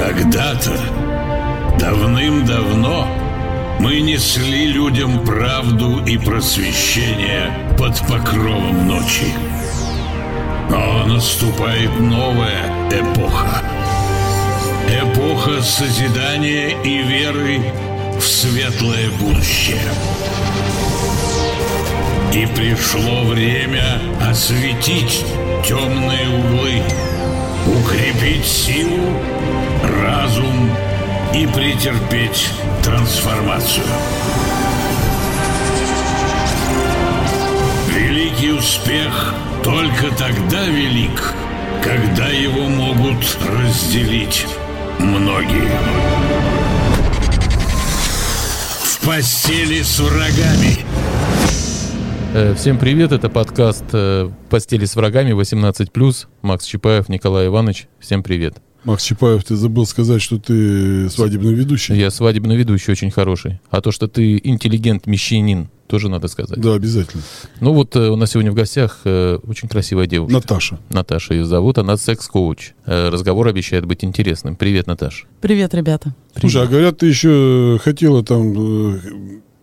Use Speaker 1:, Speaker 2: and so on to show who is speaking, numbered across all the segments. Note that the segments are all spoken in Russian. Speaker 1: когда-то, давным-давно, мы несли людям правду и просвещение под покровом ночи. Но наступает новая эпоха. Эпоха созидания и веры в светлое будущее. И пришло время осветить темные углы, укрепить силу, разум и претерпеть трансформацию. Великий успех только тогда велик, когда его могут разделить многие. В постели с врагами.
Speaker 2: Э, Всем привет, это подкаст э, «Постели с врагами» 18+. Макс Чапаев, Николай Иванович, всем привет.
Speaker 3: Макс Чапаев, ты забыл сказать, что ты свадебный ведущий.
Speaker 2: Я свадебный ведущий очень хороший. А то, что ты интеллигент-мещанин, тоже надо сказать.
Speaker 3: Да, обязательно.
Speaker 2: Ну вот э, у нас сегодня в гостях э, очень красивая девушка.
Speaker 3: Наташа.
Speaker 2: Наташа ее зовут, она секс-коуч. Э, Разговор обещает быть интересным. Привет, Наташа.
Speaker 4: Привет, ребята.
Speaker 3: Слушай, а говорят, ты еще хотела там э,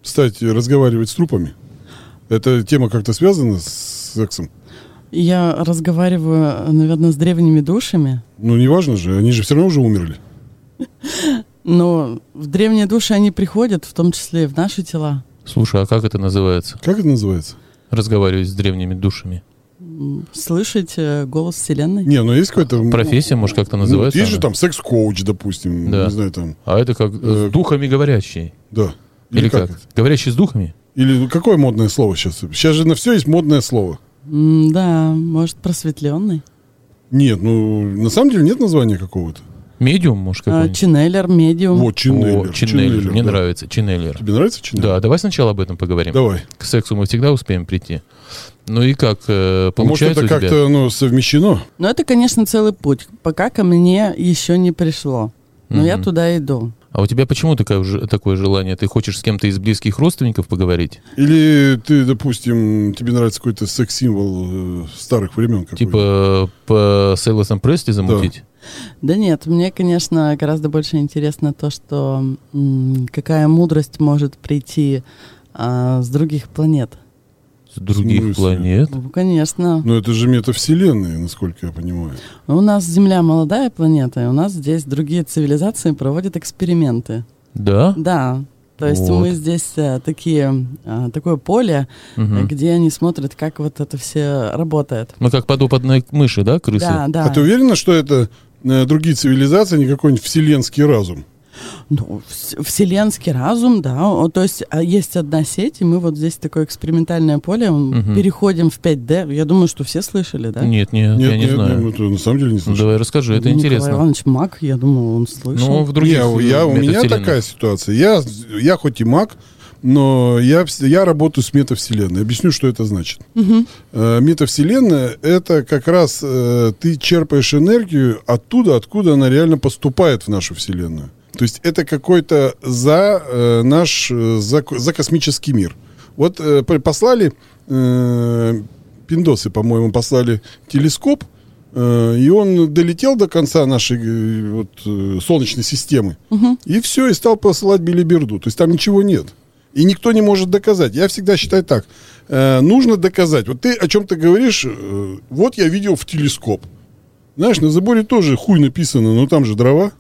Speaker 3: стать разговаривать с трупами. Эта тема как-то связана с сексом?
Speaker 4: Я разговариваю, наверное, с древними душами,
Speaker 3: Ну, неважно же, они же все равно уже умерли.
Speaker 4: но в древние души они приходят, в том числе и в наши тела.
Speaker 2: Слушай, а как это называется?
Speaker 3: Как это называется?
Speaker 2: Разговаривать с древними душами.
Speaker 4: М, Слышать э, голос Вселенной.
Speaker 3: Не, ну есть какой-то... м,
Speaker 2: Профессия, может, как-то
Speaker 3: ну,
Speaker 2: называется?
Speaker 3: есть же
Speaker 2: она?
Speaker 3: там секс-коуч, допустим,
Speaker 2: Да.
Speaker 3: не знаю, там,
Speaker 2: А это как э, с духами говорящий.
Speaker 3: да.
Speaker 2: Или, как?
Speaker 3: это?
Speaker 2: Говорящий с духами?
Speaker 3: Или ну, какое модное слово сейчас? Сейчас же на все есть модное слово.
Speaker 4: М, Да, может, просветленный.
Speaker 3: Нет, ну, на самом деле нет названия какого-то.
Speaker 2: Медиум, может,
Speaker 4: А,
Speaker 2: какой-нибудь?
Speaker 4: Чинеллер, медиум.
Speaker 3: Вот, чинеллер.
Speaker 2: Ну, О, чиннеллер.
Speaker 3: чинеллер,
Speaker 2: Мне
Speaker 3: да.
Speaker 2: нравится, чиннеллер.
Speaker 3: Тебе нравится чинеллер?
Speaker 2: Да, давай сначала об этом поговорим.
Speaker 3: Давай.
Speaker 2: К сексу мы всегда успеем прийти. Ну и как, э,
Speaker 3: А Может,
Speaker 2: получается
Speaker 3: это
Speaker 2: у тебя?
Speaker 3: как-то оно совмещено?
Speaker 4: Но это, конечно, целый путь, пока ко мне еще не пришло. Но я
Speaker 2: Мгм.
Speaker 4: туда иду.
Speaker 2: А у тебя почему такое, ж- такое желание? Ты хочешь с кем-то из близких родственников поговорить?
Speaker 3: Или ты, допустим, тебе нравится какой-то секс-символ э, старых времен? какой-то?
Speaker 2: Типа по Сейлосом Прести замутить?
Speaker 4: Да нет, мне, конечно, гораздо больше интересно то, что м, какая мудрость может прийти а, с других планет.
Speaker 2: С других
Speaker 3: смысле?
Speaker 2: планет?
Speaker 4: Ну, конечно.
Speaker 3: Ну, это же метавселенная, насколько я понимаю.
Speaker 4: У нас Земля молодая планета, и у нас здесь другие цивилизации проводят эксперименты.
Speaker 2: Да?
Speaker 4: Да, то есть
Speaker 2: Вот.
Speaker 4: мы здесь э, такие, э, такое поле,
Speaker 2: Мгм.
Speaker 4: э, где они смотрят, как вот это все работает.
Speaker 2: Ну как подопытные мыши, да, крысы?
Speaker 4: Да, да.
Speaker 3: А ты уверена, что это э, другие цивилизации, а не какой-нибудь вселенский разум?
Speaker 4: Ну, вс- вселенский разум, да. О, То есть а, есть одна сеть, и мы вот здесь такое экспериментальное поле, м,
Speaker 2: Мгм.
Speaker 4: переходим в 5D. Я думаю, что все слышали, да?
Speaker 2: Нет, нет, я не знаю.
Speaker 3: ну, это на самом деле не
Speaker 2: Ну,
Speaker 3: слышал.
Speaker 2: Давай расскажи, это
Speaker 4: Ну,
Speaker 2: интересно.
Speaker 4: Николай Иванович Мак, я думал, он слышал.
Speaker 2: Ну, в
Speaker 3: Не,
Speaker 2: других
Speaker 3: я, у меня
Speaker 2: метавселенных.
Speaker 3: такая ситуация. Я, я хоть и маг, но я, вс- я работаю с метавселенной. Объясню, что это значит. Э, Метавселенная — это как раз э, ты черпаешь энергию оттуда, откуда она реально поступает в нашу Вселенную. То есть это какой-то за э, наш, э, за, ко- за космический мир. Вот э, п- послали, э, пиндосы, по-моему, послали телескоп, э, и он долетел до конца нашей э, вот, э, Солнечной системы. И все, и стал посылать билиберду. То есть там ничего нет. И никто не может доказать. Я всегда считаю так. э, нужно доказать. Вот ты о чем-то говоришь, э, вот я видел в телескоп. Знаешь, на заборе тоже хуй написано, но там же дрова.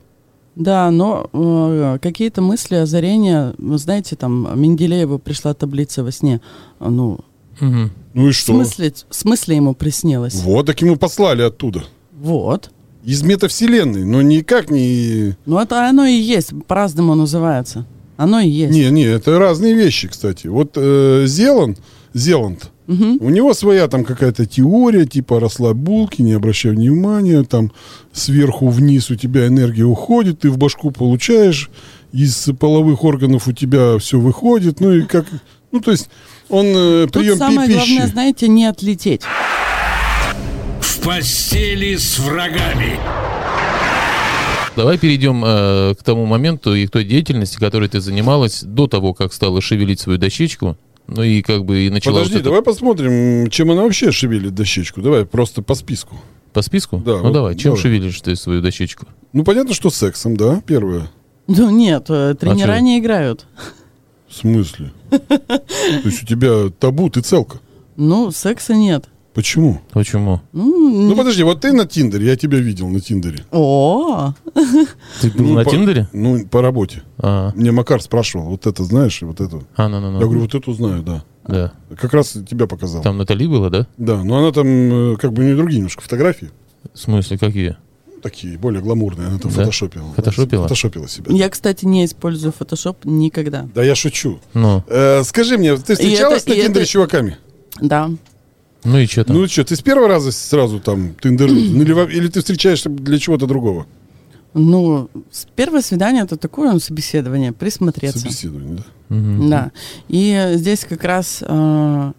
Speaker 4: Да, но э, какие-то мысли, озарения, вы знаете, там Менделееву пришла таблица во сне. А, Ну,
Speaker 2: Мгм.
Speaker 3: Ну и
Speaker 4: в
Speaker 3: что?
Speaker 4: смысле, в смысле ему приснилось?
Speaker 3: Вот, так ему послали оттуда.
Speaker 4: Вот.
Speaker 3: Из метавселенной, но никак не...
Speaker 4: Ну, это оно и есть, по-разному называется. Оно и есть.
Speaker 3: Не, не, это разные вещи, кстати. Вот э, Зеланд, Зеланд, у него своя там какая-то теория, типа расслабь булки, не обращай внимания, там сверху вниз у тебя энергия уходит, ты в башку получаешь, из половых органов у тебя все выходит, ну и как... Ну, то есть он э,
Speaker 4: Тут
Speaker 3: прием
Speaker 4: самое
Speaker 3: пи- пищи.
Speaker 4: главное, знаете, не отлететь.
Speaker 1: В постели с врагами.
Speaker 2: Давай перейдем э, к тому моменту и к той деятельности, которой ты занималась до того, как стала шевелить свою дощечку. Ну и как бы и начала...
Speaker 3: Подожди,
Speaker 2: вот это-
Speaker 3: давай посмотрим, чем она вообще шевелит дощечку. Давай просто по списку.
Speaker 2: По списку?
Speaker 3: Да,
Speaker 2: Ну
Speaker 3: вот
Speaker 2: давай, чем
Speaker 3: давай.
Speaker 2: шевелишь ты свою дощечку?
Speaker 3: Ну, понятно, что сексом, да, первое.
Speaker 4: Ну нет, э, тренера
Speaker 2: чё?
Speaker 4: не играют.
Speaker 3: В смысле? То есть у тебя табу, ты целка.
Speaker 4: Ну, секса нет.
Speaker 3: Почему?
Speaker 2: Почему?
Speaker 4: Ну,
Speaker 3: Ну,
Speaker 4: не-
Speaker 3: подожди, вот ты на Тиндере, я тебя видел на Тиндере.
Speaker 4: О,
Speaker 2: Ты был
Speaker 3: Ну,
Speaker 2: на
Speaker 3: по-
Speaker 2: Тиндере?
Speaker 3: Ну, по работе.
Speaker 2: А,
Speaker 3: Мне Макар спрашивал, вот это знаешь и вот это.
Speaker 2: а, ну, ну, ну.
Speaker 3: Я говорю, вот эту знаю, да.
Speaker 2: Да.
Speaker 3: Как раз тебя показал.
Speaker 2: Там Натали была, да?
Speaker 3: Да, но она там э, как бы у нее другие немножко фотографии.
Speaker 2: В смысле, какие?
Speaker 3: Такие, более гламурные. Она там
Speaker 2: Да?
Speaker 3: фотошопила.
Speaker 2: Фотошопила?
Speaker 3: Фотошопила себя.
Speaker 4: я, кстати, не использую фотошоп никогда.
Speaker 3: Да я шучу.
Speaker 2: Ну,
Speaker 3: Э, скажи мне, ты встречалась
Speaker 4: это-
Speaker 3: на
Speaker 4: и
Speaker 3: Тиндере с
Speaker 4: это-
Speaker 3: чуваками?
Speaker 4: Да.
Speaker 2: ну и что там?
Speaker 3: Ну что, ты с первого раза сразу там Тиндер? ну, или, во- или ты встречаешься для чего-то другого?
Speaker 4: Ну, с- первое свидание это такое ну, собеседование, присмотреться.
Speaker 3: Собеседование, да? ну,
Speaker 2: Мгм.
Speaker 4: Да. И здесь как раз э,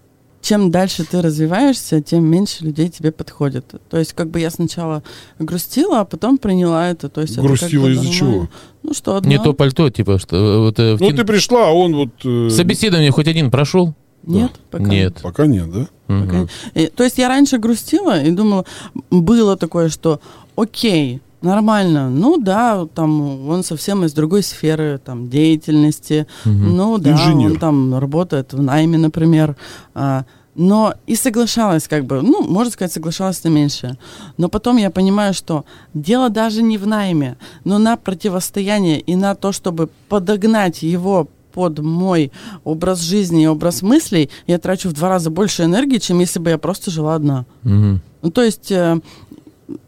Speaker 4: чем дальше ты развиваешься, тем меньше людей тебе подходит. То есть, как бы я сначала грустила, а потом приняла это. То есть, это как бы
Speaker 3: Грустила из-за
Speaker 4: нормально.
Speaker 3: чего?
Speaker 4: Ну что, одна.
Speaker 2: Не то пальто, типа, что э, вот, э, в
Speaker 3: Ну
Speaker 2: Тин-
Speaker 3: ты пришла, а он вот... э,
Speaker 2: собеседование хоть один прошел?
Speaker 4: Нет, пока.
Speaker 2: Нет.
Speaker 3: Пока нет, да?
Speaker 2: Мгм.
Speaker 4: И- то есть я раньше грустила и думала, м, было такое, что окей, нормально, ну да, там он совсем из другой сферы там деятельности, ну да,
Speaker 3: Инженер.
Speaker 4: он там работает в найме, например, А, но и соглашалась как бы, ну, можно сказать, соглашалась на меньше. Но потом я понимаю, что дело даже не в найме, но на противостояние и на то, чтобы подогнать его под мой образ жизни и образ мыслей, я трачу в два раза больше энергии, чем если бы я просто жила одна.
Speaker 2: Мгм.
Speaker 4: Ну, то есть э,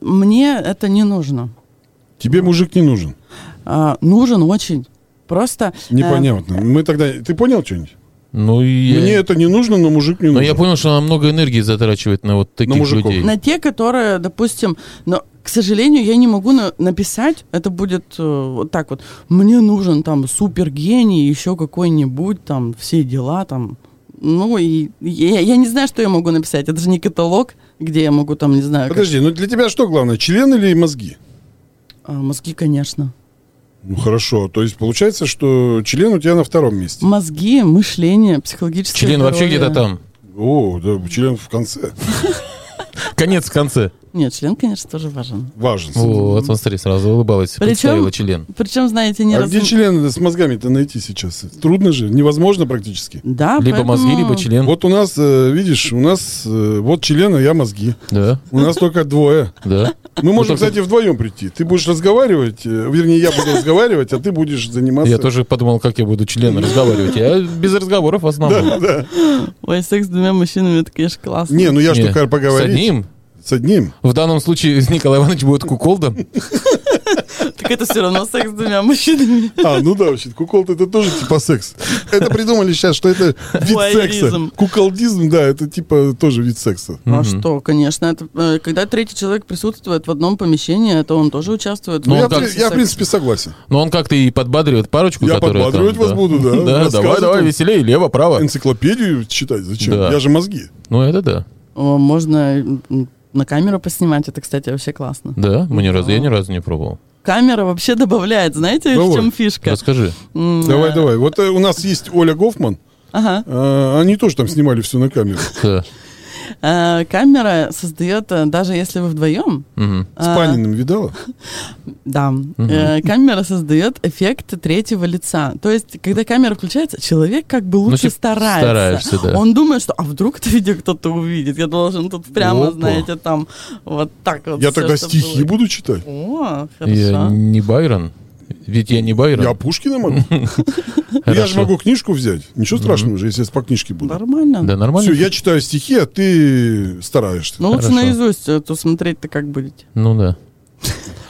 Speaker 4: мне это не нужно.
Speaker 3: Тебе мужик не нужен.
Speaker 4: А, нужен очень. Просто... э,
Speaker 3: Непонятно. Мы тогда... Ты понял что-нибудь?
Speaker 2: Ну, и я...
Speaker 3: Мне это не нужно, но мужик не нужен.
Speaker 2: Но я понял, что она много энергии затрачивает на вот таких
Speaker 3: мужиков.
Speaker 2: людей.
Speaker 4: на те, которые, допустим, но, к сожалению, я не могу на- написать, это будет э, вот так вот, мне нужен там супергений, еще какой-нибудь, там, все дела, там, ну, и я, я не знаю, что я могу написать, это же не каталог, где я могу там, не знаю, как-
Speaker 3: Подожди, ну для тебя что главное, член или мозги?
Speaker 4: А, мозги, конечно,
Speaker 3: Ну хорошо, то есть получается, что член у тебя на втором месте.
Speaker 4: мозги, мышление, психологическое
Speaker 2: Член вообще
Speaker 4: здоровье.
Speaker 2: где-то там.
Speaker 3: О, да, член в конце.
Speaker 2: Конец в конце.
Speaker 4: Нет, член, конечно, тоже важен.
Speaker 3: Важен.
Speaker 2: Вот, он, смотри, сразу улыбалась.
Speaker 4: Причем-
Speaker 2: Представила член.
Speaker 4: Причем, знаете, не
Speaker 3: а
Speaker 4: раз...
Speaker 3: где член с мозгами-то найти сейчас? Трудно же, невозможно практически.
Speaker 4: Да,
Speaker 2: Либо мозги,
Speaker 4: поэтому-
Speaker 2: либо член.
Speaker 3: Вот у нас, э, видишь, у нас э, вот член, а я мозги.
Speaker 2: Да,
Speaker 3: У нас только двое.
Speaker 2: да.
Speaker 3: Мы можем,
Speaker 2: только-
Speaker 3: кстати, вдвоем прийти. Ты будешь разговаривать, э, вернее, я буду разговаривать, а ты будешь заниматься.
Speaker 2: Я тоже подумал, как я буду член разговаривать. Я без разговоров в основном.
Speaker 4: Ой, секс с двумя мужчинами, это, конечно, классно.
Speaker 3: Не, ну я же
Speaker 2: Не,
Speaker 3: только
Speaker 2: С
Speaker 3: поговорить.
Speaker 2: одним?
Speaker 3: С одним.
Speaker 2: В данном случае Николай Иванович будет куколдом.
Speaker 4: Так это все равно секс с двумя мужчинами.
Speaker 3: А, ну да, вообще, кукол это тоже типа секс. Это придумали сейчас, что это вид секса.
Speaker 4: Вуайеризм.
Speaker 3: Куколдизм, да, это типа тоже вид секса.
Speaker 4: А что, конечно, это, э, когда третий человек присутствует в одном помещении, это он тоже участвует.
Speaker 2: Ну,
Speaker 3: я,
Speaker 2: он
Speaker 3: в при-
Speaker 2: как-
Speaker 3: я, в принципе, согласен.
Speaker 2: Но он как-то и подбадривает парочку,
Speaker 3: Я
Speaker 2: которая там,
Speaker 3: подбадривать вас буду, да.
Speaker 2: Да, давай,
Speaker 3: Рассказывать
Speaker 2: давай,
Speaker 3: вам.
Speaker 2: веселее, лево, право.
Speaker 3: Энциклопедию читать зачем?
Speaker 2: А. Да.
Speaker 3: Я же мозги.
Speaker 2: Ну, это да.
Speaker 4: О, Можно м, на камеру поснимать, это, кстати, вообще классно.
Speaker 2: Да, мы ни разу, я ни разу не пробовал.
Speaker 4: Камера вообще добавляет, знаете, в
Speaker 3: Давай.
Speaker 4: чем фишка?
Speaker 2: Расскажи.
Speaker 4: М,
Speaker 3: Давай,
Speaker 4: э,
Speaker 3: давай. Вот э, у нас есть Оля Гофман.
Speaker 4: Ага.
Speaker 3: А, Они тоже там снимали все на камеру.
Speaker 2: Да.
Speaker 4: Э, Камера создает, э, даже если вы а, вдвоем,
Speaker 2: Мгм.
Speaker 3: С Паниным видала?
Speaker 4: да, э, камера создает эффект третьего лица. То есть, когда камера включается, человек как бы лучше
Speaker 2: типа,
Speaker 4: старается.
Speaker 2: стараешься, да.
Speaker 4: Он думает, что а вдруг это видео кто-то увидит. Я должен тут прямо,
Speaker 2: Опа.
Speaker 4: знаете, там вот так вот.
Speaker 3: Я
Speaker 4: всё,
Speaker 3: тогда
Speaker 4: чтоб
Speaker 3: стихи
Speaker 4: было.
Speaker 3: буду читать.
Speaker 4: О,
Speaker 2: Я
Speaker 4: хорошо.
Speaker 2: не Байрон. Ведь я не Байрон.
Speaker 3: Я Пушкина могу. Ну, Я же
Speaker 2: Хорошо.
Speaker 3: могу книжку взять. Ничего страшного же, если я по книжке буду.
Speaker 4: Нормально.
Speaker 2: Да,
Speaker 3: Все,
Speaker 2: нормально.
Speaker 3: я читаю стихи, а ты стараешься.
Speaker 4: Ну, лучше
Speaker 2: Хорошо.
Speaker 4: наизусть, а то смотреть-то как будете.
Speaker 2: Ну да.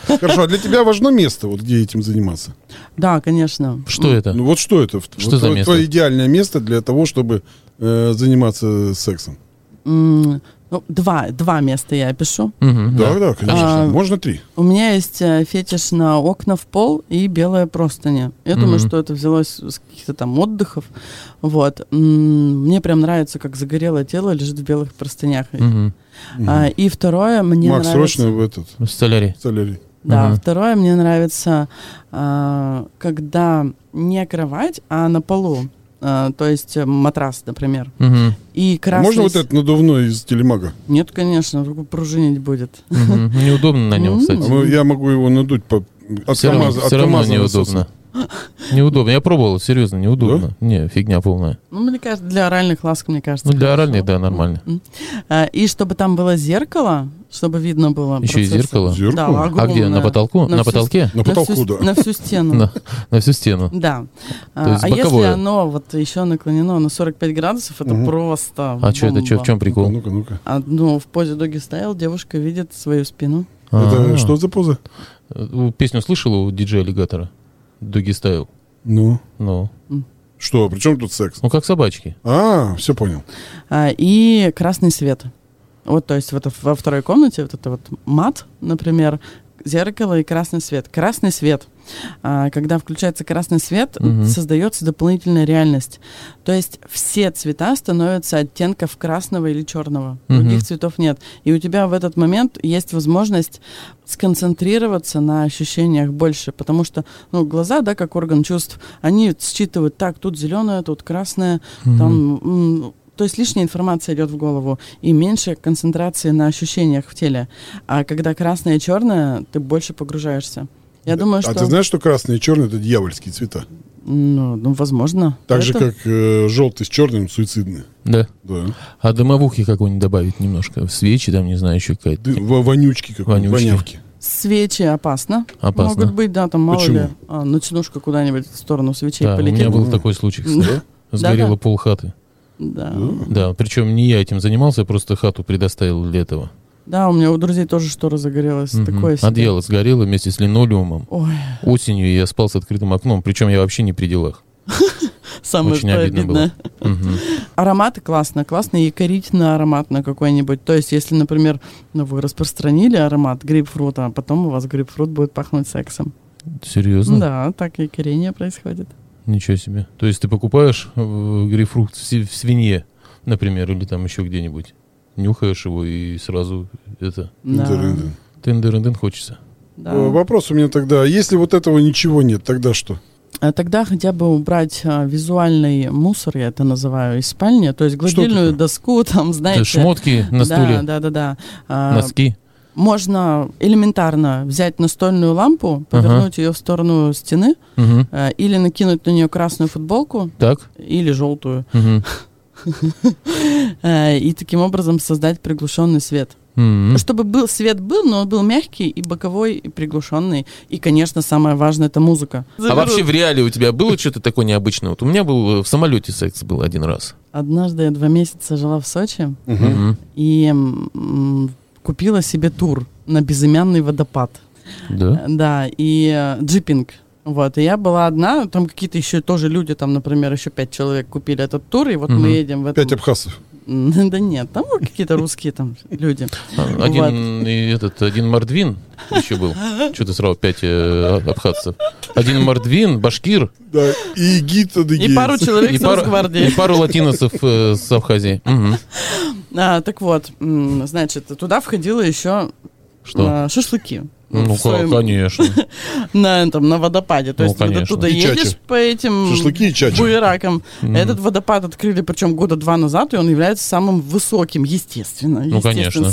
Speaker 3: Хорошо, а для тебя важно место, вот где этим заниматься?
Speaker 4: Да, конечно.
Speaker 2: Что это?
Speaker 3: Ну вот что это? В-
Speaker 2: Что
Speaker 3: вот
Speaker 2: за
Speaker 3: тво-
Speaker 2: место?
Speaker 3: Твое идеальное место для того, чтобы э, заниматься сексом.
Speaker 4: М, Ну, два, два места я опишу.
Speaker 2: Мгм,
Speaker 3: Да, да, конечно.
Speaker 4: А,
Speaker 3: Можно три.
Speaker 4: У меня есть э, фетиш на окна в пол и белая простыня. Я думаю, что это взялось с каких-то там отдыхов. Вот. М, Мне прям нравится, как загорелое тело лежит в белых простынях.
Speaker 2: Мгм.
Speaker 4: А, И второе, мне
Speaker 3: Макс,
Speaker 4: нравится...
Speaker 3: срочно в этот
Speaker 2: Столярий.
Speaker 3: солярий.
Speaker 4: Да,
Speaker 2: Мгм.
Speaker 4: второе, мне нравится, а, когда не кровать, а на полу. э, то есть э, матрас, например.
Speaker 2: Мгм.
Speaker 4: И
Speaker 2: А
Speaker 4: красный...
Speaker 3: Можно вот
Speaker 4: с-
Speaker 3: этот надувной из телемага?
Speaker 4: Нет, конечно, руку пружинить будет.
Speaker 2: Мгм. Неудобно на него,
Speaker 3: А
Speaker 2: кстати.
Speaker 3: мы- Я могу его надуть по... От
Speaker 2: Все равно,
Speaker 3: КамАЗа- от
Speaker 2: всё равно
Speaker 3: КамАЗа
Speaker 2: неудобно. Неудобно. Я пробовал, серьезно, неудобно. Не, фигня полная.
Speaker 4: Ну, мне кажется, для оральных ласк, мне кажется.
Speaker 2: Ну, для
Speaker 4: хорошо.
Speaker 2: оральных, да, нормально.
Speaker 4: А, И чтобы там было зеркало, чтобы видно было.
Speaker 2: Еще и
Speaker 4: процессы.
Speaker 2: зеркало.
Speaker 3: Зеркало?
Speaker 4: Да,
Speaker 2: А где? На
Speaker 4: огромное.
Speaker 2: потолку?
Speaker 4: На
Speaker 2: На
Speaker 4: всю-
Speaker 2: потолке?
Speaker 3: На потолку,
Speaker 4: всю,
Speaker 3: да.
Speaker 4: на всю стену.
Speaker 2: На на всю стену.
Speaker 4: Да.
Speaker 2: То
Speaker 4: А,
Speaker 2: есть
Speaker 4: а если
Speaker 2: боковое.
Speaker 4: оно вот еще наклонено на 45 градусов, это просто.
Speaker 2: А что это? Чё, в
Speaker 4: бомба.
Speaker 2: чем
Speaker 3: Ну-ка,
Speaker 2: прикол?
Speaker 3: ну-ка, ну-ка.
Speaker 4: А, ну, в позе доги стоял, девушка видит свою спину.
Speaker 2: А.
Speaker 3: Это что за поза?
Speaker 2: Э, Песню слышал у диджея Аллигатора? Дуги Стайл.
Speaker 3: Ну,
Speaker 2: Ну.
Speaker 3: что, при чем тут секс?
Speaker 2: Ну, как собачки.
Speaker 3: А, все понял.
Speaker 4: А, и красный свет. Вот, то есть, вот во второй комнате вот это вот мат, например, зеркало и красный свет. Красный свет. А, когда включается красный свет,
Speaker 2: Мгм.
Speaker 4: создается дополнительная реальность. То есть все цвета становятся оттенков красного или черного.
Speaker 2: Мгм.
Speaker 4: Других цветов нет. И у тебя в этот момент есть возможность сконцентрироваться на ощущениях больше, потому что, ну, глаза, да, как орган чувств, они считывают так, тут зеленое, тут красное, там, м, то есть лишняя информация идет в голову и меньше концентрации на ощущениях в теле. А когда красное и черное, ты больше погружаешься. Я думаю, что...
Speaker 3: А ты знаешь, что красный и черный это дьявольские цвета?
Speaker 4: Ну, ну, возможно.
Speaker 3: Так же,
Speaker 4: Поэтому-
Speaker 3: как э, желтый с черным суицидные.
Speaker 2: Да.
Speaker 3: Да.
Speaker 2: А дымовухи какой-нибудь добавить немножко. Свечи там, не знаю, еще какая-то.
Speaker 3: Ды- во- вонючки какой
Speaker 2: Вонючки.
Speaker 3: вонявки.
Speaker 4: Свечи опасно.
Speaker 2: Опасно.
Speaker 4: Могут быть, да, там мало
Speaker 3: Почему?
Speaker 4: ли. а, ночнушка куда-нибудь в сторону свечей
Speaker 2: Да, у
Speaker 4: полетит.
Speaker 2: меня был такой случай, кстати. Сгорело
Speaker 4: Да-да.
Speaker 2: полхаты.
Speaker 4: Да.
Speaker 2: Да, причем не я этим занимался, я просто хату предоставил для этого.
Speaker 4: Да, у меня у друзей тоже штора загорелась.
Speaker 2: Мгм.
Speaker 4: Такое себе.
Speaker 2: Одеяло сгорело вместе с линолеумом.
Speaker 4: Ой,
Speaker 2: Осенью я спал с открытым окном, причем я вообще не при делах.
Speaker 4: самое
Speaker 2: Очень
Speaker 4: что
Speaker 2: обидно было.
Speaker 4: обидное.
Speaker 2: Мгм.
Speaker 4: Ароматы классно, классно якорительно аромат на какой-нибудь. То есть, если, например, ну, вы распространили аромат грейпфрута, а потом у вас грейпфрут будет пахнуть сексом.
Speaker 2: Серьезно?
Speaker 4: Да, так якорение происходит.
Speaker 2: Ничего себе. То есть ты покупаешь э, грейпфрут в си- в свинье, например, или там еще где-нибудь, нюхаешь его и сразу это
Speaker 4: Да.
Speaker 3: Дыры-дыры.
Speaker 2: тын хочется.
Speaker 4: Да.
Speaker 3: Э, Вопрос у меня тогда. Если вот этого ничего нет, тогда что?
Speaker 4: А Тогда хотя бы убрать а, визуальный мусор, я это называю, из спальни, то есть гладильную
Speaker 3: такое?
Speaker 4: доску, там, знаете...
Speaker 2: Это шмотки на стуле,
Speaker 4: Да, да, да, да. А,
Speaker 2: носки.
Speaker 4: Можно элементарно взять настольную лампу, повернуть ее в сторону стены,
Speaker 2: Мгм.
Speaker 4: а, или накинуть на нее красную футболку,
Speaker 2: Так.
Speaker 4: или желтую,
Speaker 2: Мгм.
Speaker 4: а, и таким образом создать приглушенный свет.
Speaker 2: Мгм.
Speaker 4: Чтобы был свет был, но он был мягкий и боковой, и приглушенный. И, конечно, самое важное это музыка.
Speaker 2: А вообще в реале у тебя было что-то такое необычное? Вот у меня был э, в самолете секс был один раз.
Speaker 4: Однажды я два месяца жила в Сочи.
Speaker 2: Мгм.
Speaker 4: и м, купила себе тур на безымянный водопад.
Speaker 2: Да.
Speaker 4: Да, и э, джипинг. Вот, и я была одна, там какие-то еще тоже люди, там, например, еще пять человек купили этот тур, и вот
Speaker 2: Мгм.
Speaker 4: мы едем в этом...
Speaker 3: Пять абхазов.
Speaker 4: Да нет, там какие-то русские там люди. Э,
Speaker 2: А, Один и этот, один мордвин еще был. Что ты сразу пять э, абхазцев? Один мордвин, башкир
Speaker 3: Да. И гид
Speaker 4: И пару человек
Speaker 2: и
Speaker 4: с
Speaker 2: пару, и
Speaker 4: Росгвардии.
Speaker 2: пару латиносов э, с Абхазии. Мгм.
Speaker 4: А, так вот, м, значит, туда входило еще
Speaker 2: Что?
Speaker 4: а, шашлыки.
Speaker 2: Ну,
Speaker 4: В своем-
Speaker 2: ка- конечно.
Speaker 4: на, этом, на водопаде. То
Speaker 2: Ну,
Speaker 4: есть ты
Speaker 2: конечно.
Speaker 4: туда
Speaker 3: И
Speaker 4: едешь
Speaker 3: чача.
Speaker 4: по этим
Speaker 3: Шашлыки и чача.
Speaker 4: буеракам.
Speaker 2: Мгм.
Speaker 4: Этот водопад открыли, причем года два назад, и он является самым высоким, естественно.
Speaker 2: Ну,
Speaker 4: естественно,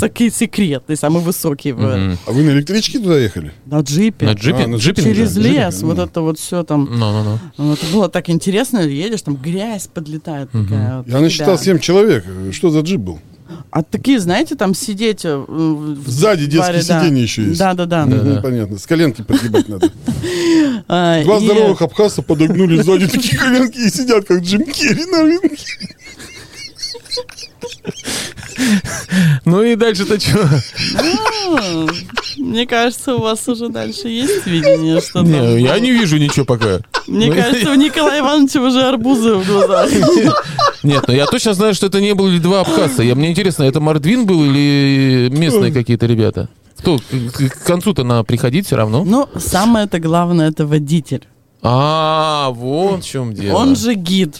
Speaker 2: конечно.
Speaker 4: сек- секретный, самый высокий в-
Speaker 2: Мгм.
Speaker 3: А вы на электричке туда ехали?
Speaker 4: на джипе.
Speaker 2: На джипе?
Speaker 3: А, на
Speaker 2: джипинге?
Speaker 4: ну, Через
Speaker 3: да,
Speaker 4: лес,
Speaker 3: джипе,
Speaker 4: вот
Speaker 3: ну.
Speaker 4: это вот все там.
Speaker 2: Ну-ну-ну.
Speaker 4: Ну, Это было так интересно, едешь, там грязь подлетает такая. вот
Speaker 3: Я
Speaker 4: в
Speaker 3: насчитал
Speaker 4: тебя.
Speaker 3: семь человек. Что за джип был?
Speaker 4: А такие, знаете, там сидеть... э, в-
Speaker 3: Сзади
Speaker 4: в
Speaker 3: детские
Speaker 4: баре, да.
Speaker 3: сиденья еще есть.
Speaker 4: Да-да-да.
Speaker 3: Мгм,
Speaker 2: да.
Speaker 3: Понятно. С коленки подгибать надо.
Speaker 4: А,
Speaker 3: Два
Speaker 4: и-
Speaker 3: здоровых абхаза подогнули сзади такие коленки и сидят, как Джим Керри на рынке.
Speaker 2: Ну и дальше-то что?
Speaker 4: А, Мне кажется, у вас уже дальше есть видение, что там
Speaker 2: Не, я
Speaker 4: было.
Speaker 2: не вижу ничего пока.
Speaker 4: Мне
Speaker 2: Ну,
Speaker 4: кажется, у Николая Ивановича уже арбузы в глазах.
Speaker 2: Нет, но я точно знаю, что это не были два абхазца. Я, мне интересно, это Мордвин был или местные какие-то ребята? Кто? К к концу-то надо приходить все равно.
Speaker 4: Ну, самое-то главное, это водитель.
Speaker 2: А, вот в чем дело.
Speaker 4: Он же гид.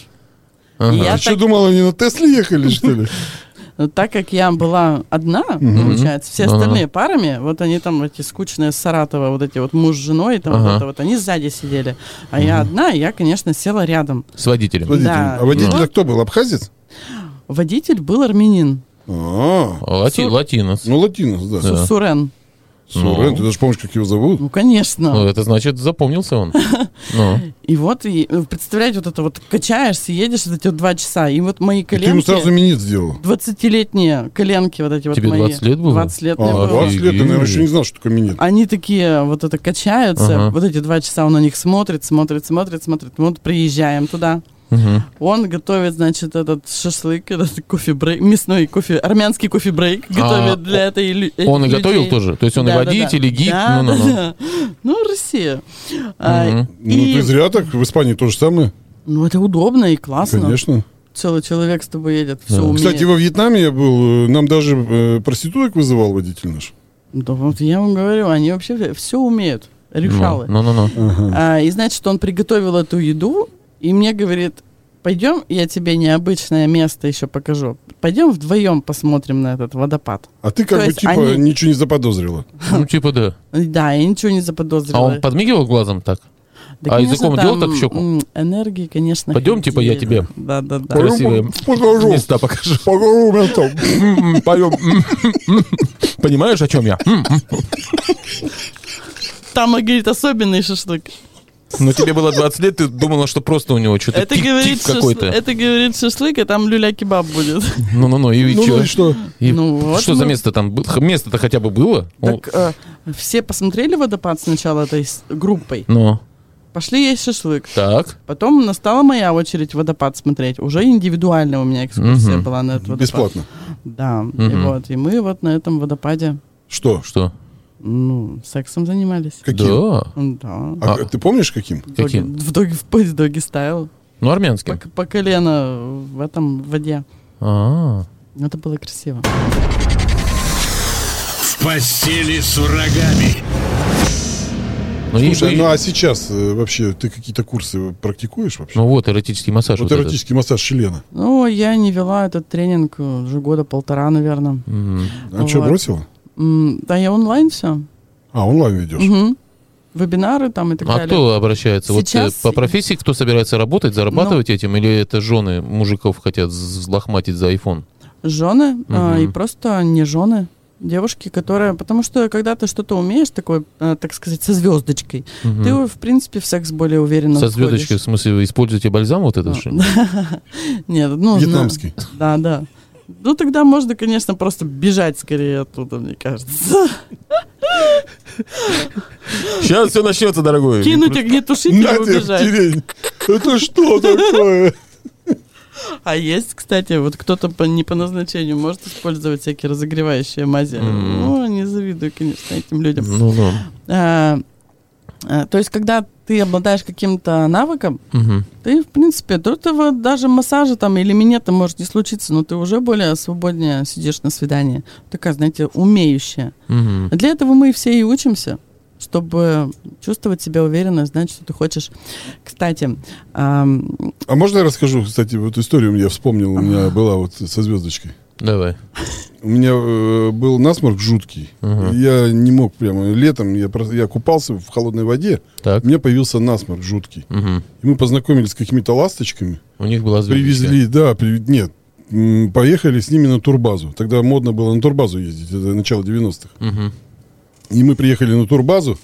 Speaker 4: И
Speaker 2: Ага.
Speaker 4: я
Speaker 3: Ты что,
Speaker 2: А
Speaker 4: так-
Speaker 3: думал, они на Тесле ехали, что ли?
Speaker 4: Но так как я была одна, получается, все
Speaker 2: Да-да-да.
Speaker 4: остальные парами, вот они там эти скучные с Саратова, вот эти вот муж с женой, там
Speaker 2: Ага.
Speaker 4: вот это вот, они сзади сидели. А я одна, и я, конечно, села рядом.
Speaker 2: С водителем.
Speaker 3: Водитель.
Speaker 4: Да.
Speaker 3: А водитель кто был? Абхазец?
Speaker 4: Водитель был армянин,
Speaker 3: А,
Speaker 2: Лати-
Speaker 4: Сур-
Speaker 2: Латинос.
Speaker 3: ну латинос, да.
Speaker 2: Да.
Speaker 4: Сурен.
Speaker 3: Сурен, Ну, ты даже помнишь, как его зовут?
Speaker 4: Ну, конечно.
Speaker 2: Ну, это значит, запомнился он. Ну.
Speaker 4: И вот, и, э, представляете, вот это вот, качаешься, едешь вот эти вот два часа, и вот мои
Speaker 3: И ты ему
Speaker 4: коленки...
Speaker 3: сразу минет сделал.
Speaker 4: 20-летние коленки вот эти вот
Speaker 2: Тебе
Speaker 4: мои.
Speaker 2: 20 лет было?
Speaker 4: 20 лет мне
Speaker 3: А,
Speaker 4: было.
Speaker 3: 20 лет, я, наверное,
Speaker 2: Офигеть.
Speaker 3: еще не знал, что такое минет.
Speaker 4: Они такие вот это качаются,
Speaker 2: Ага.
Speaker 4: вот эти два часа он на них смотрит, смотрит, смотрит, смотрит. Мы вот приезжаем туда.
Speaker 2: Мгм.
Speaker 4: Он готовит, значит, этот шашлык, этот кофе-брейк, мясной кофе, армянский кофе-брейк готовит для этой лю- этих
Speaker 2: А, Он и готовил
Speaker 4: людей.
Speaker 2: тоже? То есть он и
Speaker 4: Да, да, да.
Speaker 2: водитель, и гид?
Speaker 4: Да,
Speaker 2: Ну-ну-ну.
Speaker 4: да, да. Ну, Россия. А,
Speaker 2: Мгм.
Speaker 3: Ну,
Speaker 4: и-
Speaker 3: ты зря так, в Испании то же самое.
Speaker 4: ну, это удобно и классно.
Speaker 3: Конечно.
Speaker 4: Целый человек с тобой едет, все
Speaker 2: Да.
Speaker 4: умеет.
Speaker 3: Кстати, во Вьетнаме я был, э, нам даже э, проституток вызывал водитель наш.
Speaker 4: Да вот я вам говорю, они вообще все умеют. Решалы.
Speaker 2: Ну, ну, ну.
Speaker 4: А, и значит, он приготовил эту еду, и мне говорит, пойдем, я тебе необычное место еще покажу. Пойдем вдвоем посмотрим на этот водопад.
Speaker 3: А ты
Speaker 4: То
Speaker 3: как бы
Speaker 4: есть
Speaker 3: типа
Speaker 4: они-
Speaker 3: ничего не заподозрила.
Speaker 2: Ну, типа да.
Speaker 4: Да, я ничего не
Speaker 2: А
Speaker 4: заподозрила.
Speaker 2: он подмигивал глазом так?
Speaker 4: Да,
Speaker 2: а
Speaker 4: конечно,
Speaker 2: языком делал так в
Speaker 4: там,
Speaker 2: щеку?
Speaker 4: м, Энергии, конечно.
Speaker 2: Пойдем, типа, я тебе.
Speaker 4: Да, да, да.
Speaker 2: Красивые
Speaker 3: Покажу.
Speaker 2: места покажу.
Speaker 3: Покажу место.
Speaker 2: М, Поем. М, м, м. Понимаешь, о чем я? М, м.
Speaker 4: Там, говорит, особенный шашлык.
Speaker 2: Ну, тебе было 20 лет, ты думала, что просто у него что-то
Speaker 4: Это говорит,
Speaker 2: тик-тик
Speaker 4: шаш-
Speaker 2: какой-то.
Speaker 4: это говорит шашлык, а там люля-кебаб будет.
Speaker 2: Ну-ну-ну, и
Speaker 3: Ну, ну
Speaker 2: чё?
Speaker 3: и что?
Speaker 2: И
Speaker 4: Ну вот
Speaker 2: Что за
Speaker 4: мы-
Speaker 2: место там? было? Х- Место-то хотя бы было? О,
Speaker 4: Так э, все посмотрели водопад сначала этой с- группой,
Speaker 2: Ну,
Speaker 4: пошли есть шашлык.
Speaker 2: так.
Speaker 4: Потом настала моя очередь водопад смотреть. Уже индивидуально у меня экскурсия
Speaker 2: Мгм.
Speaker 4: была на этот водопад.
Speaker 3: Бесплатно.
Speaker 4: Да. И вот. И мы вот на этом водопаде
Speaker 3: Что?
Speaker 2: Что?
Speaker 4: ну, сексом занимались.
Speaker 3: Каким?
Speaker 2: Да.
Speaker 4: Да.
Speaker 3: А
Speaker 2: А.
Speaker 3: ты помнишь, каким?
Speaker 4: Доги-
Speaker 2: каким?
Speaker 4: В доги, в позе доги ставил.
Speaker 2: Ну,
Speaker 4: По,
Speaker 2: армянским.
Speaker 4: по колено в этом в воде. Ну,
Speaker 2: А.
Speaker 4: Это было красиво.
Speaker 1: В постели с врагами.
Speaker 2: Ну, и-
Speaker 3: Слушай,
Speaker 2: и-
Speaker 3: ну а сейчас э, вообще ты какие-то курсы практикуешь вообще?
Speaker 2: ну вот, эротический массаж.
Speaker 3: Вот
Speaker 2: вот этот.
Speaker 3: эротический массаж члена.
Speaker 4: Ну, я не вела этот тренинг э, уже года полтора, наверное.
Speaker 2: М.
Speaker 3: А что,
Speaker 4: Вот.
Speaker 3: бросила?
Speaker 4: М, Да, я онлайн все.
Speaker 3: А, онлайн ведешь.
Speaker 4: Мгм. Вебинары там и так
Speaker 2: А
Speaker 4: далее.
Speaker 2: кто обращается? Вот э,
Speaker 4: Сейчас- Ну.
Speaker 2: по профессии кто собирается работать, зарабатывать этим, или это жены мужиков хотят взлохматить за iPhone?
Speaker 4: жены а,
Speaker 2: Мгм.
Speaker 4: и просто не жены. Девушки, которые... Потому что когда ты что-то умеешь, такой, а, так сказать, со звездочкой, ты, в принципе, в секс более уверенно
Speaker 2: Со
Speaker 4: Ну, входишь. Ну,
Speaker 2: звездочкой, в смысле, вы используете бальзам вот этот? что ли?
Speaker 4: Нет, ну... зна-
Speaker 3: Вьетнамский.
Speaker 4: Да, да. Ну, тогда можно, конечно, просто бежать скорее оттуда, мне кажется.
Speaker 2: Сейчас все начнется, дорогой.
Speaker 4: Кинуть огнетушитель и
Speaker 3: На тебе в
Speaker 4: убежать.
Speaker 3: тирень. Это что такое?
Speaker 4: А есть, кстати, вот кто-то по, не по назначению может использовать всякие разогревающие мази.
Speaker 2: М.
Speaker 4: Ну, не завидую, конечно, этим людям.
Speaker 2: Ну, ну.
Speaker 4: А, а, то есть, когда ты обладаешь каким-то навыком,
Speaker 2: Мгм.
Speaker 4: ты, в принципе, до этого даже массажа там или минета может не случиться, но ты уже более свободнее сидишь на свидании. Такая, знаете, умеющая.
Speaker 2: Мгм.
Speaker 4: А Для этого мы и все и учимся, чтобы чувствовать себя уверенно, знать, что ты хочешь. Кстати, ам,
Speaker 3: А можно я расскажу, кстати, вот историю я вспомнил, у меня была вот со звездочкой.
Speaker 2: Давай.
Speaker 3: У меня э, был насморк жуткий. Я не мог прямо. Летом я, прос- я купался в холодной воде.
Speaker 2: Так.
Speaker 3: У меня появился насморк жуткий.
Speaker 2: Мгм.
Speaker 3: И мы познакомились с какими-то ласточками.
Speaker 2: У них была звездочка.
Speaker 3: Привезли, да, при- нет. м, Поехали с ними на турбазу. Тогда модно было на турбазу ездить. Это начало 90-х.
Speaker 2: Мгм.
Speaker 3: И мы приехали на турбазу.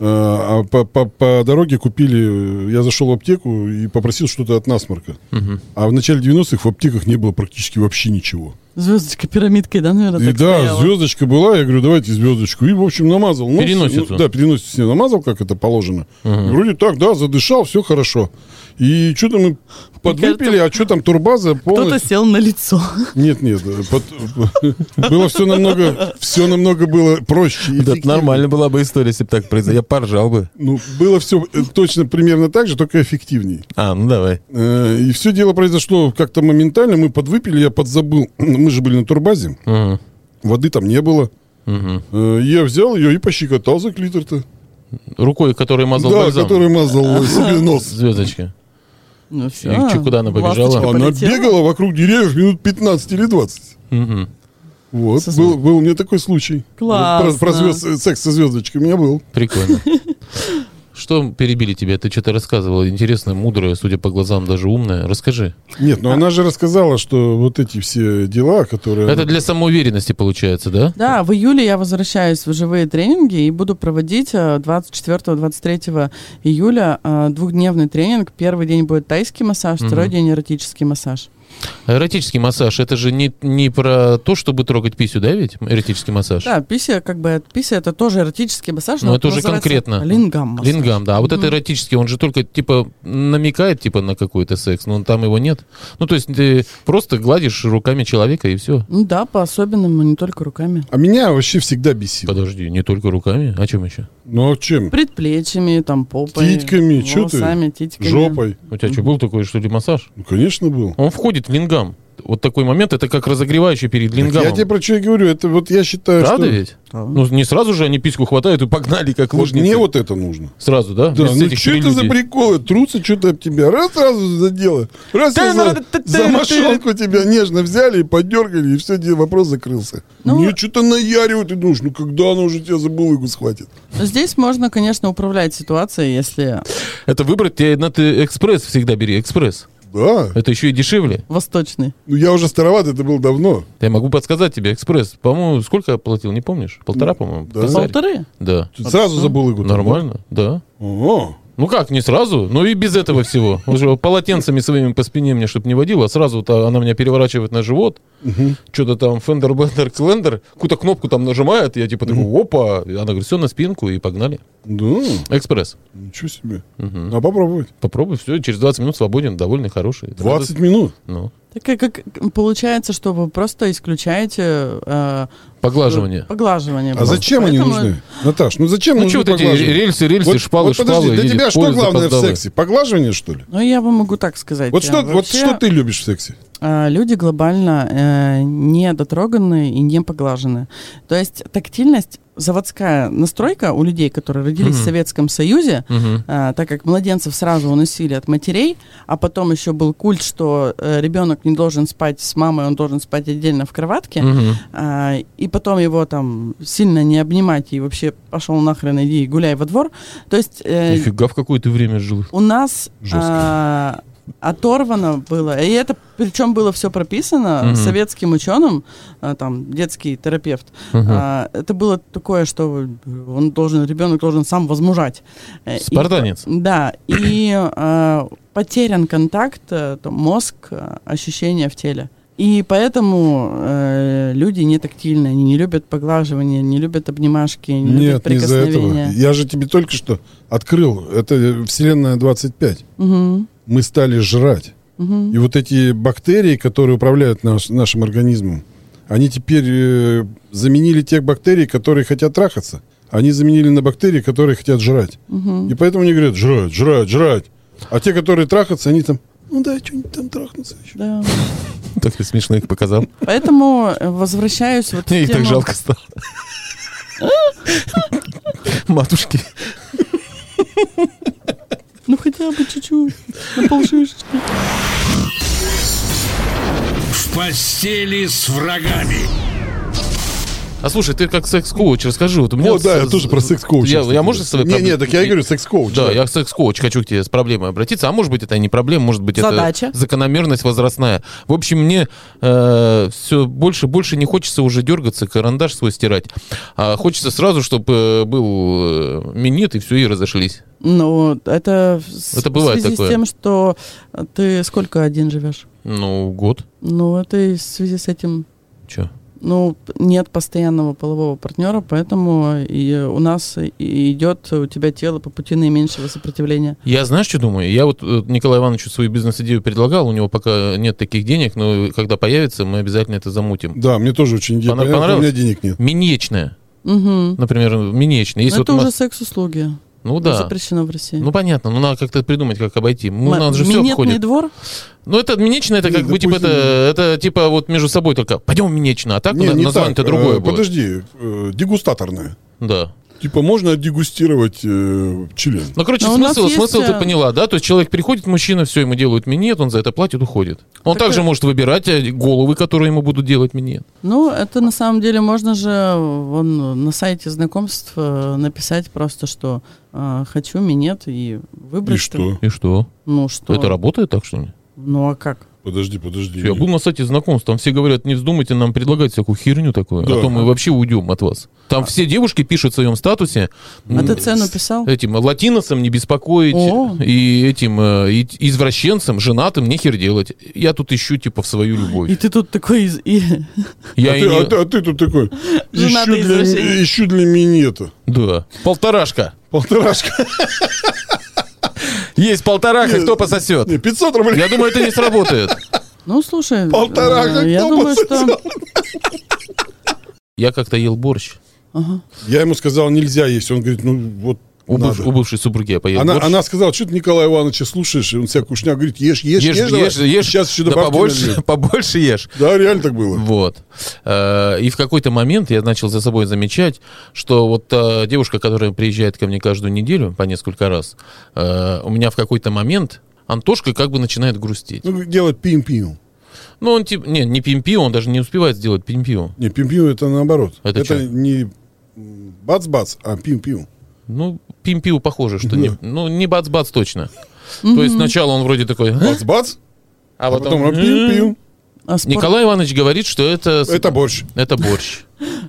Speaker 3: э, А по, по- по дороге купили... э, Я зашел в аптеку и попросил что-то от насморка.
Speaker 2: Мгм.
Speaker 3: А в начале 90-х в аптеках не было практически вообще ничего.
Speaker 4: звездочка пирамидкой, да, наверное,
Speaker 3: И
Speaker 4: так
Speaker 3: да,
Speaker 4: стояла?
Speaker 3: звездочка была, я говорю, давайте звездочку. И, в общем, намазал. нос.
Speaker 2: Переносицу.
Speaker 3: Ну, да, переносицу не намазал, как это положено. Вроде так, да, задышал, все хорошо. И что-то мы подвыпили, а что там турбаза
Speaker 4: Кто-то
Speaker 3: полностью...
Speaker 4: сел на лицо.
Speaker 3: Нет, нет, э, под- было все намного, все намного было проще. и
Speaker 2: Да,
Speaker 3: эффективнее.
Speaker 2: была бы история, если бы так произошло. Я поржал бы.
Speaker 3: Ну, было все точно примерно так же, только эффективнее.
Speaker 2: А, ну давай.
Speaker 3: Э, И все дело произошло как-то моментально. Мы подвыпили, я подзабыл. Мы же были на турбазе,
Speaker 2: Мгм.
Speaker 3: воды там не было.
Speaker 2: Мгм.
Speaker 3: Э, Я взял ее и пощекотал за клитор-то.
Speaker 2: Рукой, которой мазал
Speaker 3: да,
Speaker 2: бальзам. А.
Speaker 3: который мазал себе нос.
Speaker 2: Звездочка.
Speaker 4: Ну все.
Speaker 2: И чё, куда она побежала?
Speaker 4: ласточка
Speaker 3: Она
Speaker 4: полетела.
Speaker 3: бегала вокруг деревьев минут 15 или 20.
Speaker 2: Мгм.
Speaker 3: Вот, был, был у меня такой случай.
Speaker 4: Классно.
Speaker 3: Вот Про, про звезд- секс со звездочкой у меня был.
Speaker 2: Прикольно. Что перебили тебя? Ты что-то рассказывала интересное, мудрое, судя по глазам, даже умное. Расскажи.
Speaker 3: Нет,
Speaker 2: А.
Speaker 3: но она же рассказала, что вот эти все дела, которые...
Speaker 2: Это для самоуверенности получается, да?
Speaker 4: Да, в июле я возвращаюсь в живые тренинги и буду проводить э, 24-23 июля э, двухдневный тренинг. Первый день будет тайский массаж, второй день эротический массаж.
Speaker 2: А Эротический массаж, это же не, не про то, чтобы трогать писю, да, ведь? Эротический массаж.
Speaker 4: Да, пися, как бы, пися это тоже эротический массаж,
Speaker 2: Но
Speaker 4: но,
Speaker 2: Ну, это уже
Speaker 4: называется
Speaker 2: конкретно.
Speaker 4: Лингам массаж.
Speaker 2: Лингам, да. А вот это эротический, он же только, типа, намекает, типа, на какой-то секс, но там его нет. Ну, то есть ты просто гладишь руками человека, и все.
Speaker 4: Ну да, по-особенному, не только руками.
Speaker 3: А меня вообще всегда бесило.
Speaker 2: Подожди, не только руками? О чем еще?
Speaker 3: Ну а чем?
Speaker 4: Предплечьями, там, попой.
Speaker 3: Титьками, чё ты?
Speaker 4: волосами, титьками.
Speaker 3: Жопой.
Speaker 2: У тебя что, был такой, что ли, массаж?
Speaker 3: Ну, конечно, был.
Speaker 2: Он входит в лингам. Вот такой момент, это как разогревающий перед лингамом.
Speaker 3: Я тебе про что и говорю. Это вот я считаю,
Speaker 2: Правда
Speaker 3: что...
Speaker 2: ведь?
Speaker 4: Да.
Speaker 2: Ну, не сразу же они письку хватают и погнали, как
Speaker 3: Вот
Speaker 2: лужницы.
Speaker 3: мне вот это нужно.
Speaker 2: Сразу, да?
Speaker 3: Да,
Speaker 2: Без
Speaker 3: ну
Speaker 2: этих
Speaker 3: что это за
Speaker 2: прелюдий.
Speaker 3: приколы? Трутся что-то об тебя. Раз сразу задело. Раз
Speaker 4: Ты
Speaker 3: я
Speaker 4: надо-
Speaker 3: за,
Speaker 4: ты- ты-
Speaker 3: за
Speaker 4: ты-
Speaker 3: мошонку тебя нежно взяли и подергали, и все, вопрос закрылся.
Speaker 4: Ну,
Speaker 3: Мне что-то наяривают, и думаешь, ну когда она уже тебя за булыгу схватит?
Speaker 4: Ну, Здесь можно, конечно, управлять ситуацией, если
Speaker 2: Это выбрать тебе надо ты экспресс всегда бери, экспресс.
Speaker 3: Да.
Speaker 2: Это еще и дешевле.
Speaker 4: восточный.
Speaker 3: Ну я уже староват, это было давно.
Speaker 2: Я могу подсказать тебе, экспресс. По-моему, сколько я платил, не помнишь? Полтора, по-моему.
Speaker 3: да. Типа
Speaker 2: косарь.
Speaker 4: Полторы?
Speaker 2: Да.
Speaker 3: Тут Сразу за булыгу. там,
Speaker 2: А Нормально, да.
Speaker 3: да? Ого.
Speaker 2: Ну как, не сразу, ну и без этого всего. Уже полотенцами своими по спине мне, чтобы не водила, а сразу вот она меня переворачивает на живот, что-то там фендер бендер клендер, какую-то кнопку там нажимает, я типа такой, опа, И она говорит, все на спинку и погнали.
Speaker 3: Да,
Speaker 2: Экспресс.
Speaker 3: ничего себе. А попробовать.
Speaker 2: Попробуй, все, через 20 минут свободен, довольный, хороший.
Speaker 3: 20 минут.
Speaker 2: Ну,
Speaker 4: Так и как получается, что вы просто исключаете э,
Speaker 2: поглаживание.
Speaker 4: поглаживание.
Speaker 3: А
Speaker 4: просто.
Speaker 3: зачем они
Speaker 4: Поэтому-
Speaker 3: нужны? Наташ, ну зачем
Speaker 2: Ну
Speaker 3: нужны
Speaker 2: что вот эти
Speaker 3: поглаживания?
Speaker 2: рельсы, рельсы,
Speaker 3: Вот-
Speaker 2: шпалы,
Speaker 3: вот подожди,
Speaker 2: шпалы.
Speaker 3: для
Speaker 2: и
Speaker 3: тебя что
Speaker 2: поле
Speaker 3: главное в
Speaker 2: запоздалое.
Speaker 3: сексе? Поглаживание, что ли?
Speaker 4: Ну, я вам могу так сказать.
Speaker 3: Вот что,
Speaker 4: Э,
Speaker 3: вот
Speaker 4: вообще,
Speaker 3: что ты любишь в сексе?
Speaker 4: э, Люди глобально э, не дотроганы и не поглажены. То есть тактильность, заводская настройка у людей, которые родились в Советском Союзе,
Speaker 2: Мгм.
Speaker 4: а, так как младенцев сразу уносили от матерей, а потом еще был культ, что э, ребенок не должен спать с мамой, он должен спать отдельно в кроватке,
Speaker 2: Мгм.
Speaker 4: а, и потом его там сильно не обнимать и вообще пошел нахрен иди и гуляй во двор. То есть э,
Speaker 2: Нифига, в какое ты время жил.
Speaker 4: у нас
Speaker 3: Жестко.
Speaker 4: а, оторвано было, и это причем было все прописано
Speaker 2: Мгм.
Speaker 4: советским ученым, а, там детский терапевт. А, это было такое, что он должен ребенок должен сам возмужать. Э, и-
Speaker 2: Спартанец.
Speaker 4: да, и э, потерян контакт, э, там, мозг, э, ощущения в теле. И поэтому э, люди не тактильные, они не любят поглаживания, не любят обнимашки, не любят
Speaker 3: Нет, не из-за этого.
Speaker 4: прикосновения.
Speaker 3: Я же тебе только что открыл. Это Вселенная 25.
Speaker 4: Мгм,
Speaker 3: Мы стали жрать.
Speaker 4: мгм.
Speaker 3: И вот эти бактерии, которые управляют наш- нашим организмом, они теперь э, заменили тех бактерий, которые хотят трахаться. Они заменили на бактерии, которые хотят жрать. И поэтому они говорят, жрать, жрать, жрать. А те, которые трахаются, они там, ну да, что-нибудь там трахнуться еще.
Speaker 4: Да.
Speaker 2: Так ты смешно их показал.
Speaker 4: Поэтому э, возвращаюсь вот в
Speaker 2: Мне их так
Speaker 4: тему-
Speaker 2: жалко стало. Матушки.
Speaker 4: Ну хотя бы чуть-чуть, на полшишечки.
Speaker 1: В постели с врагами.
Speaker 2: А слушай, ты как секс-коуч, расскажи. Вот у меня
Speaker 3: О, да,
Speaker 2: с-
Speaker 3: я тоже про секс-коуч.
Speaker 2: Я, я можно с тобой
Speaker 3: Не,
Speaker 2: проблем-
Speaker 3: не, так я и говорю, секс-коуч.
Speaker 2: Да, я секс-коуч, хочу к тебе с проблемой обратиться. А может быть, это и не проблема, может быть,
Speaker 4: Задача.
Speaker 2: это закономерность возрастная. В общем, мне все больше и больше не хочется уже дергаться, карандаш свой стирать. А хочется сразу, чтобы был э, минет, и все, и разошлись.
Speaker 4: Ну, это, в-
Speaker 2: Это бывает
Speaker 4: в связи
Speaker 2: такое.
Speaker 4: с тем, что э, ты сколько один живешь?
Speaker 2: Ну, год.
Speaker 4: Ну, это и в связи с этим
Speaker 2: Че?
Speaker 4: Ну, нет постоянного полового партнера, поэтому и у нас и идет у тебя тело по пути наименьшего сопротивления.
Speaker 2: Я знаешь, что думаю? Я вот э, Николаю Ивановичу свою бизнес-идею предлагал, у него пока нет таких денег, но когда появится, мы обязательно это замутим.
Speaker 3: Да, мне тоже очень идея
Speaker 2: Пона-
Speaker 3: понравилась, но У меня
Speaker 2: понравилось?
Speaker 3: денег нет.
Speaker 2: Минечная,
Speaker 4: Угу.
Speaker 2: например, минечная. Есть
Speaker 4: Ну, это
Speaker 2: вот
Speaker 4: уже
Speaker 2: ма-
Speaker 4: секс-услуги.
Speaker 2: Ну да.
Speaker 4: Запрещено в России.
Speaker 2: Ну понятно, ну надо как-то придумать, как обойти. Ну,
Speaker 4: М-
Speaker 2: у нас же все
Speaker 4: минетный
Speaker 2: обходит.
Speaker 4: двор?
Speaker 2: Ну это минечная, это
Speaker 3: Не,
Speaker 2: как бы типа это,
Speaker 3: допустим.
Speaker 2: это типа вот между собой только. Пойдем минечно, а так
Speaker 3: Не,
Speaker 2: на-
Speaker 3: не
Speaker 2: название-то
Speaker 3: так.
Speaker 2: другое
Speaker 3: Э,
Speaker 2: будет.
Speaker 3: Подожди, э, дегустаторная.
Speaker 2: Да.
Speaker 3: Типа можно отдегустировать э, член.
Speaker 2: Ну, короче,
Speaker 4: Но у нас
Speaker 2: смысл,
Speaker 4: есть,
Speaker 2: смысл ты
Speaker 4: э,
Speaker 2: поняла, да? То есть человек приходит, мужчина, все, ему делают минет, он за это платит, уходит. Он
Speaker 4: Так,
Speaker 2: также
Speaker 4: э,
Speaker 2: может выбирать э, головы, которые ему будут делать минет.
Speaker 4: Ну, это на самом деле можно же э, вон, на сайте знакомств э, написать просто, что э, хочу, минет, и
Speaker 3: И
Speaker 4: выбрать. там.
Speaker 3: что?
Speaker 2: И что?
Speaker 4: Ну, что?
Speaker 2: Это работает так, что ли?
Speaker 4: Ну, а как?
Speaker 3: Подожди, подожди.
Speaker 2: Я
Speaker 3: нет.
Speaker 2: был на сайте знакомств, там все говорят, не вздумайте нам предлагать всякую херню такую, а
Speaker 3: Да. А.
Speaker 2: то мы вообще уйдем от вас. Там все девушки пишут в своем статусе,
Speaker 4: А
Speaker 2: м,
Speaker 4: ты цену писал?
Speaker 2: этим латиносам не беспокоить,
Speaker 4: О.
Speaker 2: и этим э, и- извращенцам, женатым нехер делать. Я тут ищу, типа, в свою любовь.
Speaker 4: И ты тут такой из... и-
Speaker 2: Я
Speaker 3: а,
Speaker 2: и
Speaker 3: ты,
Speaker 2: не-
Speaker 3: а ты- а ты тут такой, ищу
Speaker 4: Женатый извращенец.
Speaker 3: для, ищу для минета.
Speaker 2: Да. Полторашка.
Speaker 3: Полторашка.
Speaker 2: Есть полтораха,
Speaker 3: Нет.
Speaker 2: кто пососет?
Speaker 3: Не, 500 рублей.
Speaker 2: Я думаю, это не сработает.
Speaker 4: Ну, слушай,
Speaker 3: Полтора,
Speaker 4: э,
Speaker 3: как
Speaker 4: я
Speaker 3: кто
Speaker 4: думаю, что...
Speaker 2: Я как-то ел борщ.
Speaker 4: Ага.
Speaker 3: Я ему сказал, нельзя есть. Он говорит, ну вот
Speaker 2: У, быв-
Speaker 3: надо.
Speaker 2: у бывшей супруги я поел
Speaker 3: Она,
Speaker 2: борщ.
Speaker 3: она сказала, что ты Николая Ивановича слушаешь? И он вся кушня говорит, ешь, ешь,
Speaker 2: Ешь,
Speaker 3: ешь,
Speaker 2: ешь,
Speaker 3: давай.
Speaker 2: ешь, ешь,
Speaker 3: Сейчас еще
Speaker 2: да
Speaker 3: добавки
Speaker 2: побольше,
Speaker 3: налью».
Speaker 2: побольше ешь.
Speaker 3: Да, реально так было.
Speaker 2: Вот. Э, И в какой-то момент я начал за собой замечать, что вот э, девушка, которая приезжает ко мне каждую неделю по несколько раз, э, у меня в какой-то момент Антошка как бы начинает грустить.
Speaker 3: Ну, делать пим-пим.
Speaker 2: Ну, он типа, не, не пимпио, он даже не успевает сделать пимпио.
Speaker 3: Не, пим-пим это наоборот.
Speaker 2: Это чё?
Speaker 3: не бац-бац, а пим-пим.
Speaker 2: Ну, пимпио похоже, что не, ну, не бац-бац точно. То есть сначала он вроде такой, «Э?»
Speaker 3: Бац-бац,
Speaker 2: а
Speaker 3: а потом а,
Speaker 2: потом...
Speaker 3: пим-пим.
Speaker 4: А спорт,
Speaker 2: Николай Иванович говорит, что это... с-
Speaker 3: Это борщ.
Speaker 2: Это борщ.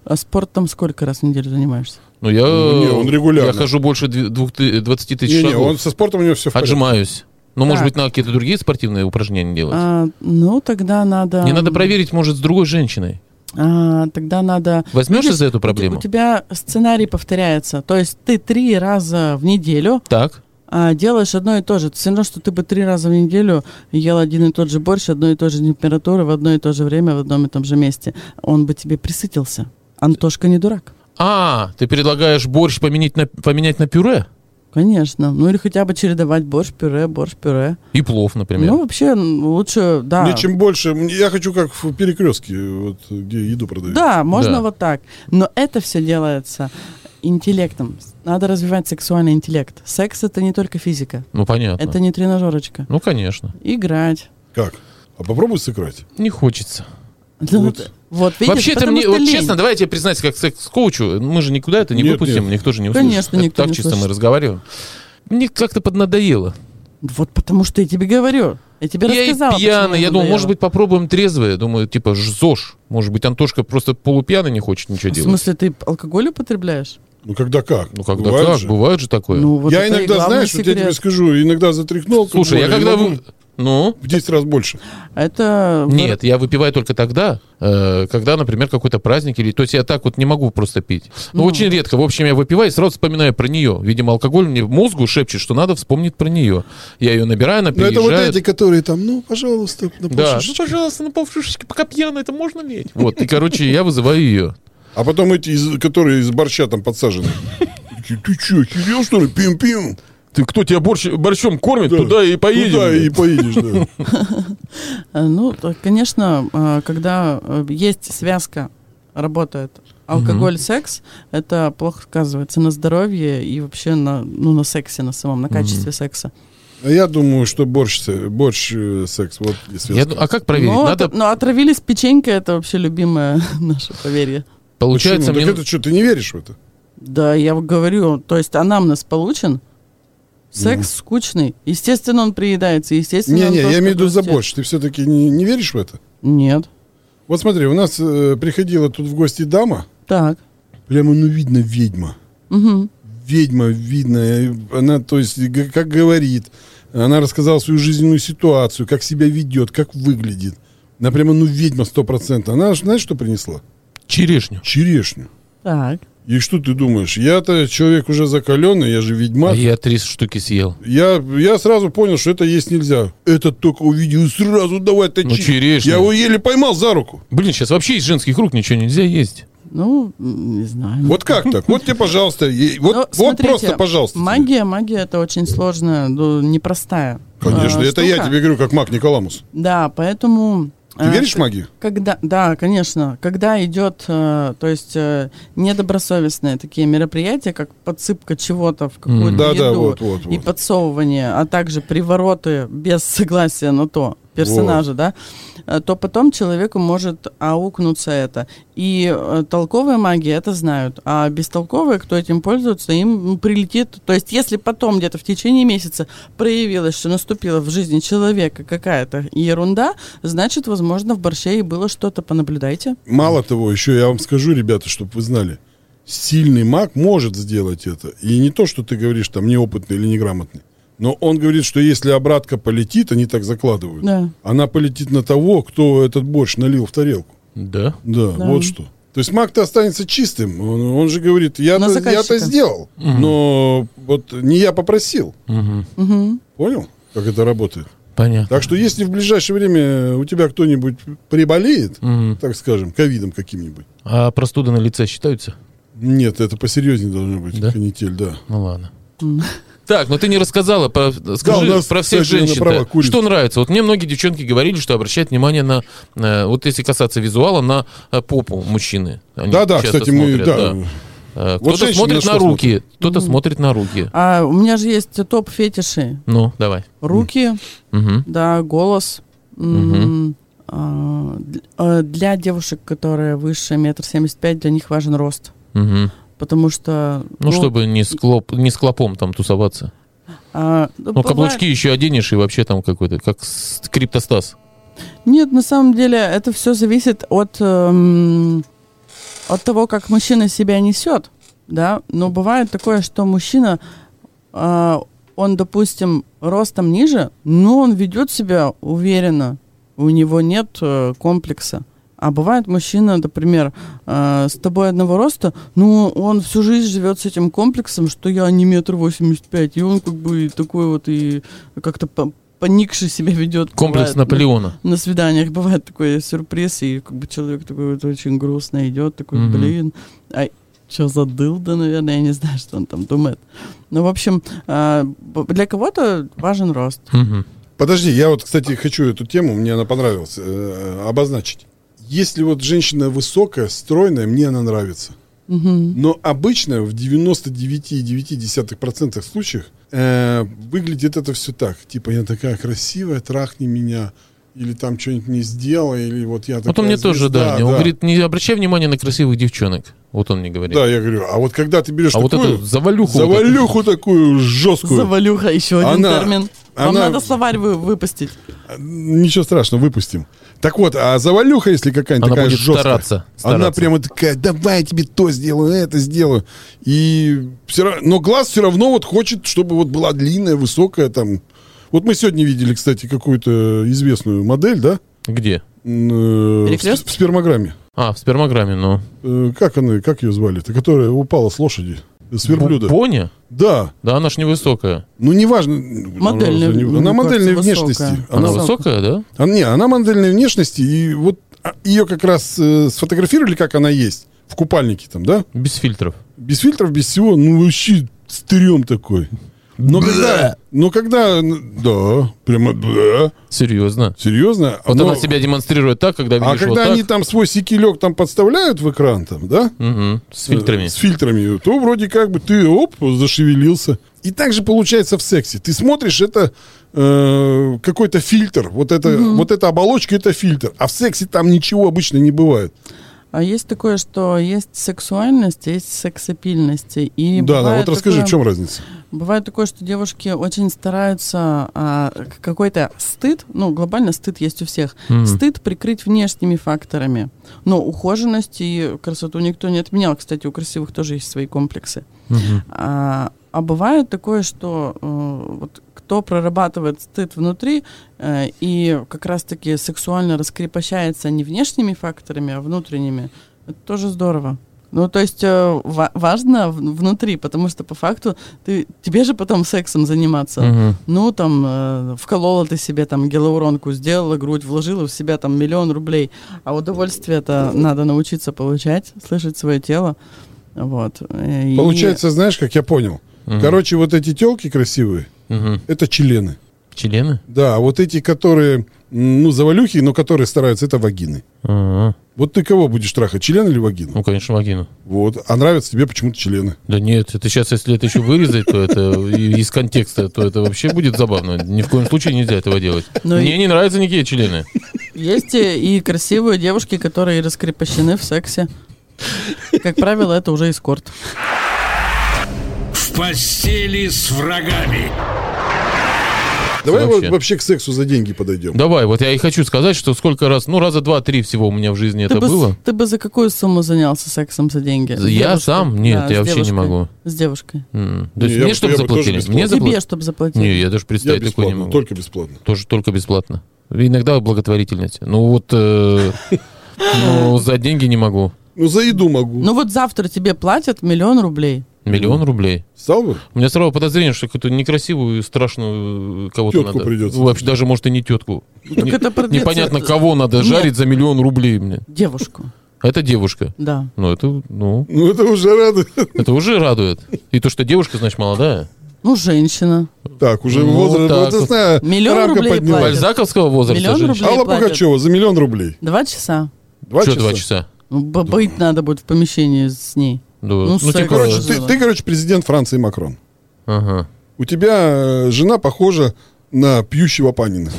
Speaker 4: а спортом сколько раз в неделю занимаешься?
Speaker 2: Ну, я...
Speaker 3: не, он регулярно.
Speaker 2: Я хожу больше дв- двух ты- 20 тысяч
Speaker 3: Не, не,
Speaker 2: шагов.
Speaker 3: он со спортом у него все в порядке.
Speaker 2: Отжимаюсь. Ну, может
Speaker 4: Так.
Speaker 2: быть, надо какие-то другие спортивные упражнения делать.
Speaker 4: А, ну, тогда надо...
Speaker 2: Мне надо проверить, может, с другой женщиной.
Speaker 4: А, тогда надо...
Speaker 2: Возьмешься
Speaker 4: Видишь,
Speaker 2: за эту
Speaker 4: у те-
Speaker 2: проблему?
Speaker 4: У тебя сценарий повторяется. То есть ты три раза в неделю
Speaker 2: Так.
Speaker 4: а, делаешь одно и то же. Все равно, что ты бы три раза в неделю ел один и тот же борщ, одной и той же температуры, в одно и то же время, в одном и том же месте. Он бы тебе присытился. Антошка не дурак.
Speaker 2: А, ты предлагаешь борщ поменять на, поменять на пюре?
Speaker 4: Конечно. Ну или хотя бы чередовать борщ-пюре, борщ-пюре.
Speaker 2: И плов, например.
Speaker 4: Ну вообще м, лучше, да.
Speaker 2: Ну, А.
Speaker 3: Мне чем больше, мне- я хочу как в перекрестке, вот, где еду продают.
Speaker 4: Да, можно
Speaker 2: Да.
Speaker 4: вот так. Но это все делается интеллектом. Надо развивать сексуальный интеллект. Секс это не только физика.
Speaker 2: ну, понятно.
Speaker 4: Это не тренажерочка.
Speaker 2: Ну, конечно.
Speaker 4: Играть.
Speaker 3: Как? А попробуй сыграть.
Speaker 2: не хочется.
Speaker 4: Да
Speaker 3: Вот.
Speaker 4: Вот, вот, видишь,
Speaker 2: Вообще-то
Speaker 4: потому
Speaker 2: мне,
Speaker 4: что
Speaker 2: вот
Speaker 4: лень.
Speaker 2: честно, давайте я признаюсь, как секс-коучу, мы же никуда это не
Speaker 3: Нет,
Speaker 2: выпустим,
Speaker 3: нет.
Speaker 2: никто же не услышит.
Speaker 4: Конечно,
Speaker 2: Это
Speaker 4: никто
Speaker 2: так
Speaker 4: не
Speaker 2: чисто мы
Speaker 4: услышит.
Speaker 2: разговариваем. Мне как-то поднадоело.
Speaker 4: Вот потому что я тебе говорю. Я тебе
Speaker 2: я и
Speaker 4: рассказала. почему
Speaker 2: пьяный, я думал,
Speaker 4: надоело.
Speaker 2: может быть, попробуем трезвое. Думаю, типа, ж- ЗОЖ. Может быть, Антошка просто полупьяный не хочет ничего
Speaker 4: В
Speaker 2: делать.
Speaker 4: смысле, ты алкоголь употребляешь?
Speaker 3: Ну, когда как?
Speaker 2: Ну, когда
Speaker 3: Бывает
Speaker 2: так,
Speaker 3: же.
Speaker 2: бывает же такое.
Speaker 4: Ну, вот
Speaker 3: я
Speaker 4: это и
Speaker 3: иногда,
Speaker 4: главный
Speaker 3: знаешь, вот я
Speaker 4: секрет.
Speaker 3: тебе скажу, иногда за три кнопки
Speaker 2: Слушай, я
Speaker 3: более,
Speaker 2: когда...
Speaker 3: могу
Speaker 2: вы- Ну?
Speaker 3: В 10 раз больше.
Speaker 4: Это...
Speaker 2: Нет, я выпиваю только тогда, э, когда, например, какой-то праздник или... То есть я так вот не могу просто пить. Ну,
Speaker 4: Ну.
Speaker 2: очень редко. В общем, я выпиваю и сразу вспоминаю про нее. Видимо, алкоголь мне в мозгу шепчет, что надо вспомнить про нее. Я ее набираю, она
Speaker 3: Но это вот
Speaker 2: переезжает.
Speaker 3: эти, которые там, ну, пожалуйста, на
Speaker 2: Да.
Speaker 3: полшишечки.
Speaker 2: Ну, пожалуйста, на полшишечки, пока пьяная, это можно лить. Вот, и, короче, я вызываю ее.
Speaker 3: А потом эти, из- которые из борща там подсажены. Ты, ты че, сидел что ли? Пим-пим.
Speaker 2: Ты кто тебя борщом кормит,
Speaker 3: Ну Да.
Speaker 2: туда и
Speaker 3: Туда и
Speaker 2: поедем.
Speaker 3: поедешь, да.
Speaker 4: Э, Ну, то, конечно, э, когда э, есть связка, работает алкоголь, секс, это плохо сказывается на здоровье и вообще на, ну, на сексе, на самом, на качестве секса.
Speaker 3: А Я думаю, что борщ, се- борщ э, секс. Вот и связка.
Speaker 2: Я ду- а как проверить?
Speaker 4: но,
Speaker 2: Надо,
Speaker 4: это- но отравились печенькой, это вообще любимое наше поверье.
Speaker 2: получается,
Speaker 3: Почему?
Speaker 2: мне...
Speaker 3: Так это что, ты не веришь в это?
Speaker 4: Да, я вот говорю, то есть анамнез получен, секс скучный, естественно, он приедается, естественно...
Speaker 3: Не-не,
Speaker 4: он тоже
Speaker 3: я имею в виду за
Speaker 4: грустит.
Speaker 3: борщ. Ты все-таки не, не веришь в это?
Speaker 4: Нет.
Speaker 3: Вот смотри, у нас э, приходила тут в гости дама.
Speaker 4: Так.
Speaker 3: Прямо, ну, видно, ведьма.
Speaker 4: Мгм.
Speaker 3: ведьма, видно, э, она, то есть, г- как говорит, она рассказала свою жизненную ситуацию, как себя ведет, как выглядит. Она прямо, ну, ведьма стопроцентно. Она, ж, знаешь, что принесла?
Speaker 2: Черешню.
Speaker 3: Черешню.
Speaker 4: Так.
Speaker 3: И что ты думаешь? Я-то человек уже закаленный, я же ведьмак.
Speaker 2: А я три штуки съел.
Speaker 3: Я, я сразу понял, что это есть нельзя. Это только увидел, и сразу давай точи.
Speaker 2: Ну, черешня.
Speaker 3: Я его еле поймал за руку.
Speaker 2: Блин, сейчас вообще из женских рук ничего нельзя есть.
Speaker 4: Ну, м, не знаю.
Speaker 3: Вот как так? Вот тебе, пожалуйста. и- Вот,
Speaker 4: Ну,
Speaker 3: вот
Speaker 4: смотрите,
Speaker 3: просто, пожалуйста. тебе.
Speaker 4: Магия, магия это очень сложная, ну, непростая.
Speaker 3: Конечно,
Speaker 4: а,
Speaker 3: это я
Speaker 4: штука.
Speaker 3: тебе говорю, как маг Николамус.
Speaker 4: Да, поэтому
Speaker 3: Ты
Speaker 4: Э,
Speaker 3: веришь в
Speaker 4: к-
Speaker 3: магию?
Speaker 4: Когда, да, конечно. Когда идет, э, то есть э, недобросовестные такие мероприятия, как подсыпка чего-то в какую-то
Speaker 3: Да, да,
Speaker 4: еду
Speaker 3: вот, вот,
Speaker 4: и
Speaker 3: вот.
Speaker 4: подсовывание, а также привороты без согласия на то персонажа, да, э, то потом человеку может аукнуться это. И э, толковые маги это знают, а бестолковые, кто этим пользуется, им прилетит. То есть, если потом где-то в течение месяца проявилось, что наступила в жизни человека какая-то ерунда, значит, возможно, в борще и было что-то. Понаблюдайте.
Speaker 3: Мало того, еще я вам скажу, ребята, чтобы вы знали, сильный маг может сделать это. И не то, что ты говоришь, там, неопытный или неграмотный. Но он говорит, что если обратка полетит, они так закладывают.
Speaker 4: Да.
Speaker 3: Она полетит на того, кто этот борщ налил в тарелку.
Speaker 2: Да.
Speaker 3: Да, вот что. То есть маг-то останется чистым. Он, он же говорит, я-то,
Speaker 4: На
Speaker 3: я-то
Speaker 4: заказчика.
Speaker 3: сделал, но вот не я попросил. Понял, как это работает?
Speaker 2: Понятно.
Speaker 3: Так что если в ближайшее время у тебя кто-нибудь приболеет,
Speaker 2: Мгм.
Speaker 3: так скажем, ковидом каким-нибудь,
Speaker 2: А простуды на лице считаются?
Speaker 3: нет, это посерьезнее должно быть,
Speaker 2: Да?
Speaker 3: канитель, да.
Speaker 2: Ну ладно. Так, но ты не рассказала про, скажи,
Speaker 3: у нас,
Speaker 2: про всех
Speaker 3: кстати,
Speaker 2: женщин.
Speaker 3: направо курица.
Speaker 2: Что нравится? Вот мне многие девчонки говорили, что обращают внимание на, э, вот если касаться визуала, на э, попу мужчины. Они
Speaker 3: Да-да,
Speaker 2: часто
Speaker 3: кстати, мы,
Speaker 2: смотрят,
Speaker 3: да.
Speaker 2: Э,
Speaker 3: Вот
Speaker 2: Кто-то
Speaker 3: женщины на
Speaker 2: смотрит
Speaker 3: что
Speaker 2: на руки, кто-то смотрит на руки.
Speaker 4: А у меня же есть топ фетиши:
Speaker 2: Ну, давай.
Speaker 4: руки,
Speaker 2: Мгм.
Speaker 4: да, голос. М, а, д- э, Для девушек, которые выше метр семьдесят пять, для них важен рост,
Speaker 2: Мгм.
Speaker 4: потому что
Speaker 2: Ну, чтобы не с, клоп- не с клопом там тусоваться.
Speaker 4: а, ну,
Speaker 2: Ну,
Speaker 4: бывает-
Speaker 2: каблучки еще оденешь, и вообще там какой-то, как с- криптостас.
Speaker 4: Нет, на самом деле это все зависит от, эм, от того, как мужчина себя несет. Да? Но бывает такое, что мужчина, а, он, допустим, ростом ниже, но он ведет себя уверенно. У него нет э, комплекса. А бывает мужчина, например, э, с тобой одного роста, но он всю жизнь живет с этим комплексом, что я не метр восемьдесят пять, и он как бы такой вот и как-то по- поникше себя ведет.
Speaker 2: Комплекс
Speaker 4: Бывает, ну,
Speaker 2: Наполеона.
Speaker 4: на свиданиях бывает такой сюрприз, и как бы человек такой вот очень грустно идет, такой,
Speaker 2: Мгм.
Speaker 4: блин, а что за дылда, наверное, я не знаю, что он там думает. Ну, в общем, а, б- для кого-то важен рост.
Speaker 2: Мгм.
Speaker 3: Подожди, я вот, кстати, хочу эту тему, мне она понравилась, э, обозначить. Если вот женщина высокая, стройная, мне она нравится. Но обычно в 99,9% случаев э, выглядит это все так. Типа, я такая красивая, трахни меня, или там что-нибудь не сделай, или вот я такая
Speaker 2: Вот он мне тоже,
Speaker 3: звезда,
Speaker 2: да, он говорит, не обращай внимания на красивых девчонок. Вот он мне говорит.
Speaker 3: Да, я говорю, а вот когда ты берешь
Speaker 2: А вот
Speaker 3: такую,
Speaker 2: эту завалюху. вот эту.
Speaker 3: завалюху такую жесткую,
Speaker 4: Завалюха, еще один
Speaker 3: Она-
Speaker 4: термин. Вам
Speaker 3: она-
Speaker 4: надо словарь вы- выпустить.
Speaker 3: Ничего страшного, выпустим. Так вот, а завалюха, если какая-нибудь
Speaker 2: Она
Speaker 3: такая
Speaker 2: будет
Speaker 3: жесткая,
Speaker 2: стараться,
Speaker 3: она
Speaker 2: стараться.
Speaker 3: прямо такая, давай я тебе то сделаю, это сделаю. И все ра- но глаз все равно вот хочет, чтобы вот была длинная, высокая там. Вот мы сегодня видели, кстати, какую-то известную модель, да?
Speaker 2: Где?
Speaker 3: М, э, В,
Speaker 4: Перекрёсток?
Speaker 3: в спермограмме.
Speaker 2: А, в спермограмме, ну.
Speaker 3: Э, Как она, как ее звали-то? Которая упала с лошади, с верблюда.
Speaker 2: Боня?
Speaker 3: Да,
Speaker 2: Да, она ж невысокая.
Speaker 3: ну неважно. Она,
Speaker 4: Модельная, мне
Speaker 3: она модельной
Speaker 4: кажется,
Speaker 3: внешности.
Speaker 4: высокая.
Speaker 2: Она,
Speaker 4: Она
Speaker 2: высокая, да?
Speaker 3: А, Не, она модельной внешности, и вот а, ее как раз э, сфотографировали, как она есть, в купальнике там, да?
Speaker 2: Без фильтров.
Speaker 3: Без фильтров, без всего, ну вообще стрём такой. Но когда, но когда, н- да, прямо, да,
Speaker 2: Серьезно.
Speaker 3: серьезно.
Speaker 2: Вот
Speaker 3: но-
Speaker 2: она себя демонстрирует так, когда
Speaker 3: а
Speaker 2: видишь вот
Speaker 3: когда
Speaker 2: так.
Speaker 3: они там свой секилек там подставляют в экран там, да?
Speaker 2: Мгм, С фильтрами.
Speaker 3: Э, С фильтрами, то вроде как бы ты оп, зашевелился. И так же получается в сексе. Ты смотришь, это э, какой-то фильтр. Вот, это, вот эта оболочка это фильтр. А в сексе там ничего обычно не бывает.
Speaker 4: А есть такое, что есть сексуальность, есть сексапильность. И
Speaker 3: да, да,
Speaker 4: бывает
Speaker 3: вот расскажи,
Speaker 4: такое-
Speaker 3: в чем разница.
Speaker 4: Бывает такое, что девушки очень стараются а, к- какой-то стыд, ну, глобально стыд есть у всех, стыд прикрыть внешними факторами. Но ухоженность и красоту никто не отменял. Кстати, у красивых тоже есть свои комплексы. А, а бывает такое, что э, вот кто прорабатывает стыд внутри э, и как раз-таки сексуально раскрепощается не внешними факторами, а внутренними, это тоже здорово. Ну, то есть э, ва- важно в- внутри, потому что по факту ты, тебе же потом сексом заниматься.
Speaker 2: Мгм.
Speaker 4: Ну, там, э, вколола ты себе там гиалуронку, сделала грудь, вложила в себя там миллион рублей. А удовольствие-то надо научиться получать, слышать свое тело. Вот. Э, и-
Speaker 3: Получается, знаешь, как я понял. Короче, вот эти телки красивые,
Speaker 2: Мгм.
Speaker 3: это члены.
Speaker 2: Члены?
Speaker 3: Да, а вот эти, которые, м, ну, завалюхи, но которые стараются, это вагины.
Speaker 2: А,
Speaker 3: Вот ты кого будешь трахать, член или вагину?
Speaker 2: Ну, конечно, вагину.
Speaker 3: Вот. А нравятся тебе почему-то члены.
Speaker 2: Да нет, это сейчас, если это еще вырезать, то это и- из контекста, то это вообще будет забавно. Ни в коем случае нельзя этого делать.
Speaker 4: Но
Speaker 2: Мне
Speaker 4: Ну и-
Speaker 2: не нравятся никакие члены.
Speaker 4: Есть и и красивые девушки, которые раскрепощены в сексе. Как правило, это уже эскорт.
Speaker 1: В постели с врагами.
Speaker 3: Давай вот
Speaker 2: Вообще.
Speaker 3: вообще. к сексу за деньги подойдем.
Speaker 2: Давай, вот я и хочу сказать, что сколько раз, ну, раза два-три всего у меня в жизни это
Speaker 4: ты, бы, с-
Speaker 2: было.
Speaker 4: ты бы за какую сумму занялся сексом за деньги? С
Speaker 2: Я
Speaker 4: девушкой?
Speaker 2: сам? Нет,
Speaker 4: с
Speaker 2: я вообще не
Speaker 4: девушкой.
Speaker 2: могу.
Speaker 4: С девушкой.
Speaker 2: М. То есть
Speaker 3: Не, я
Speaker 2: мне
Speaker 3: бы-
Speaker 2: чтобы
Speaker 3: я бы тоже
Speaker 2: заплатили? Мне
Speaker 3: бесплатно.
Speaker 4: Тебе,
Speaker 2: заплатили?
Speaker 4: чтобы заплатить.
Speaker 2: Не, я даже
Speaker 3: Я
Speaker 2: представить такое не
Speaker 3: бесплатно,
Speaker 2: могу.
Speaker 3: только бесплатно.
Speaker 2: Тоже только бесплатно. Иногда благотворительность. Ну вот, э, ну, за деньги не могу.
Speaker 3: Ну, за еду могу.
Speaker 4: Ну вот завтра тебе платят миллион рублей.
Speaker 2: Миллион рублей.
Speaker 3: Стал бы?
Speaker 2: У меня сразу подозрение, что какую-то некрасивую, страшную э, кого-то
Speaker 3: Тётку
Speaker 2: надо.
Speaker 3: придётся.
Speaker 2: Вообще, даже, может, и не тетку.
Speaker 4: Ну, Так это продлится-
Speaker 2: Непонятно, кого надо
Speaker 4: Нет.
Speaker 2: жарить за миллион рублей мне.
Speaker 4: Девушку,
Speaker 2: Это девушка.
Speaker 4: да.
Speaker 2: Ну, это, ну,
Speaker 3: Ну, это уже рады.
Speaker 2: это уже радует. И то, что девушка, значит, молодая.
Speaker 4: Ну, женщина.
Speaker 3: Так, уже
Speaker 2: Ну,
Speaker 3: возраст.
Speaker 2: так
Speaker 3: вот, я
Speaker 2: вот.
Speaker 3: знаю,
Speaker 4: Миллион
Speaker 3: рамка
Speaker 4: рублей
Speaker 3: поднялась.
Speaker 4: платят.
Speaker 2: Бальзаковского возраста
Speaker 4: Миллион
Speaker 2: женщина.
Speaker 4: рублей
Speaker 3: Алла
Speaker 4: платят.
Speaker 3: Пугачева за миллион рублей.
Speaker 4: Два часа.
Speaker 3: Два
Speaker 2: Чё
Speaker 3: часа.
Speaker 2: два часа?
Speaker 4: Ну, б- Быть надо будет в помещении с ней.
Speaker 2: Да.
Speaker 4: Ну, секс.
Speaker 2: типа,
Speaker 3: Короче,
Speaker 4: Здорово.
Speaker 3: ты, ты, короче, президент Франции Макрон.
Speaker 2: ага.
Speaker 3: У тебя э, жена похожа на пьющего Панина.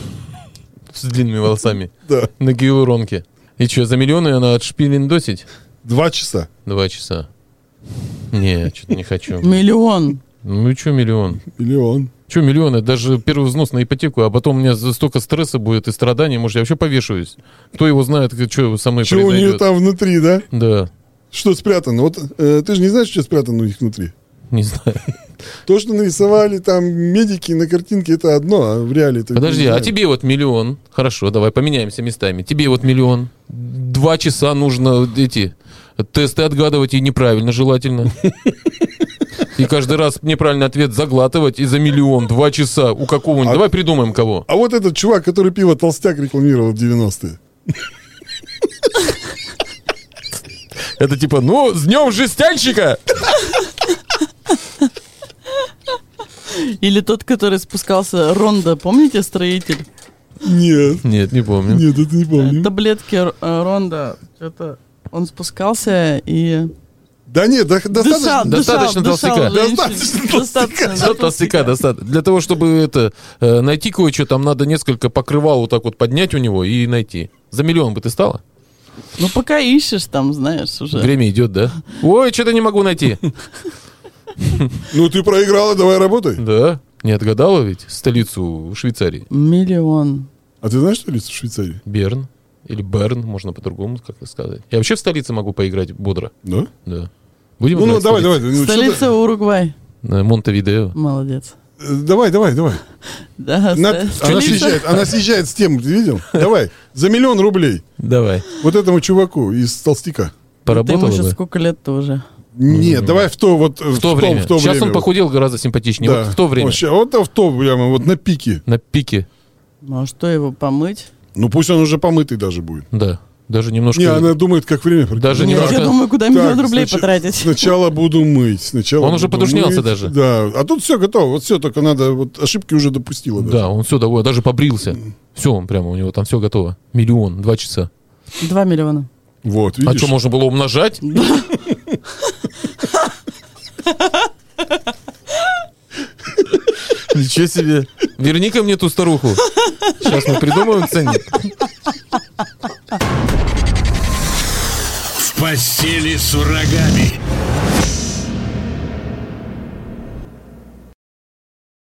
Speaker 2: С длинными волосами.
Speaker 3: Да.
Speaker 2: На гиалуронке. И что, за миллионы она отшпилиндосить?
Speaker 3: Два часа.
Speaker 2: Два часа. Не, что-то не хочу.
Speaker 4: Миллион.
Speaker 2: Ну и что миллион?
Speaker 3: Миллион.
Speaker 2: Че миллион? Это даже первый взнос на ипотеку, а потом у меня за- столько стресса будет и страданий, может, я вообще повешаюсь. Кто его знает, что со мной
Speaker 3: Чего у нее
Speaker 2: произойдет?
Speaker 3: там внутри, да?
Speaker 2: Да,
Speaker 3: Что спрятано? Вот э, ты же не знаешь, что спрятано у них внутри.
Speaker 2: не знаю.
Speaker 3: То, что нарисовали там медики на картинке, это одно, а в реале это...
Speaker 2: Подожди,
Speaker 3: не
Speaker 2: а
Speaker 3: знаю.
Speaker 2: тебе вот миллион. Хорошо, давай поменяемся местами. Тебе вот миллион. Два часа нужно эти тесты отгадывать и неправильно желательно. И каждый раз неправильный ответ заглатывать и за миллион, два часа у какого-нибудь.
Speaker 3: А-
Speaker 2: Давай придумаем кого.
Speaker 3: А вот этот чувак, который пиво толстяк рекламировал в 90-е.
Speaker 2: Это типа, ну, с днем жестянщика!
Speaker 4: Или тот, который спускался, Ронда, помните, строитель?
Speaker 3: Нет,
Speaker 2: Нет, не помню.
Speaker 3: нет, это не помню.
Speaker 4: Таблетки Р- э, Ронда, это он спускался и
Speaker 3: Да нет, да-
Speaker 4: дышал,
Speaker 3: достаточно...
Speaker 2: достаточно
Speaker 4: дышал, дышал
Speaker 2: толстяка.
Speaker 4: женщине.
Speaker 3: Достаточно
Speaker 4: Достаточно, да,
Speaker 2: За толстяка достаточно. Для того, чтобы это э, найти кое-что, там надо несколько покрывал вот так вот поднять у него и найти. За миллион бы ты стала?
Speaker 4: Ну, пока ищешь там, знаешь, уже.
Speaker 2: Время идет, да? Ой, что-то не могу найти.
Speaker 3: Ну ты проиграла, давай работай.
Speaker 2: Да. Не отгадала ведь столицу Швейцарии?
Speaker 4: Миллион.
Speaker 3: А ты знаешь, что лицо в Швейцарии?
Speaker 2: Берн. Или Берн, можно по-другому как-то сказать. Я вообще в столице могу поиграть бодро.
Speaker 3: Да?
Speaker 2: Да. Будем
Speaker 3: Ну, ну
Speaker 2: играть в
Speaker 3: давай,
Speaker 2: столице?
Speaker 3: давай. ну, что
Speaker 4: Столица Уругвай.
Speaker 2: Э, Монтевидео.
Speaker 4: Молодец.
Speaker 3: ты- э, Давай, давай, давай. На-
Speaker 4: Да, ст-
Speaker 3: Она
Speaker 4: столица-
Speaker 3: съезжает, она съезжает с тем, ты видел? Давай, за миллион рублей.
Speaker 2: Давай.
Speaker 3: Вот этому чуваку из толстяка.
Speaker 4: Ты
Speaker 2: Поработала
Speaker 4: ему сейчас
Speaker 2: бы.
Speaker 4: сколько лет-то уже?
Speaker 3: Нет, давай в то вот... э,
Speaker 2: В то время.
Speaker 3: в то
Speaker 2: сейчас
Speaker 3: время.
Speaker 2: он похудел гораздо симпатичнее.
Speaker 3: Да.
Speaker 2: Вот в то время.
Speaker 3: Вот ща- Вот в то прямо, вот на пике.
Speaker 2: На пике.
Speaker 4: Ну, а что его помыть?
Speaker 3: Ну пусть он уже помытый даже будет.
Speaker 2: Да. Даже немножко...
Speaker 3: Не, она думает, как время пройдет. Ну,
Speaker 2: Даже не
Speaker 4: Нет,
Speaker 2: важно.
Speaker 4: я думаю, куда
Speaker 3: Так,
Speaker 4: миллион рублей
Speaker 3: снач-
Speaker 4: потратить.
Speaker 3: Сначала буду мыть, сначала.
Speaker 2: Он уже
Speaker 3: буду
Speaker 2: подушнялся
Speaker 3: мыть.
Speaker 2: даже.
Speaker 3: Да, а тут все готово, вот все только надо, вот ошибки уже допустила. даже.
Speaker 2: Да, он все довольно, даже побрился. Все, он прямо, у него там все готово. Миллион, два часа.
Speaker 4: Два миллиона.
Speaker 3: Вот,
Speaker 2: А
Speaker 3: видишь.
Speaker 2: что, можно было умножать? Ничего себе. Верни-ка мне ту старуху. Сейчас мы придумаем ценник.
Speaker 1: В постели с врагами.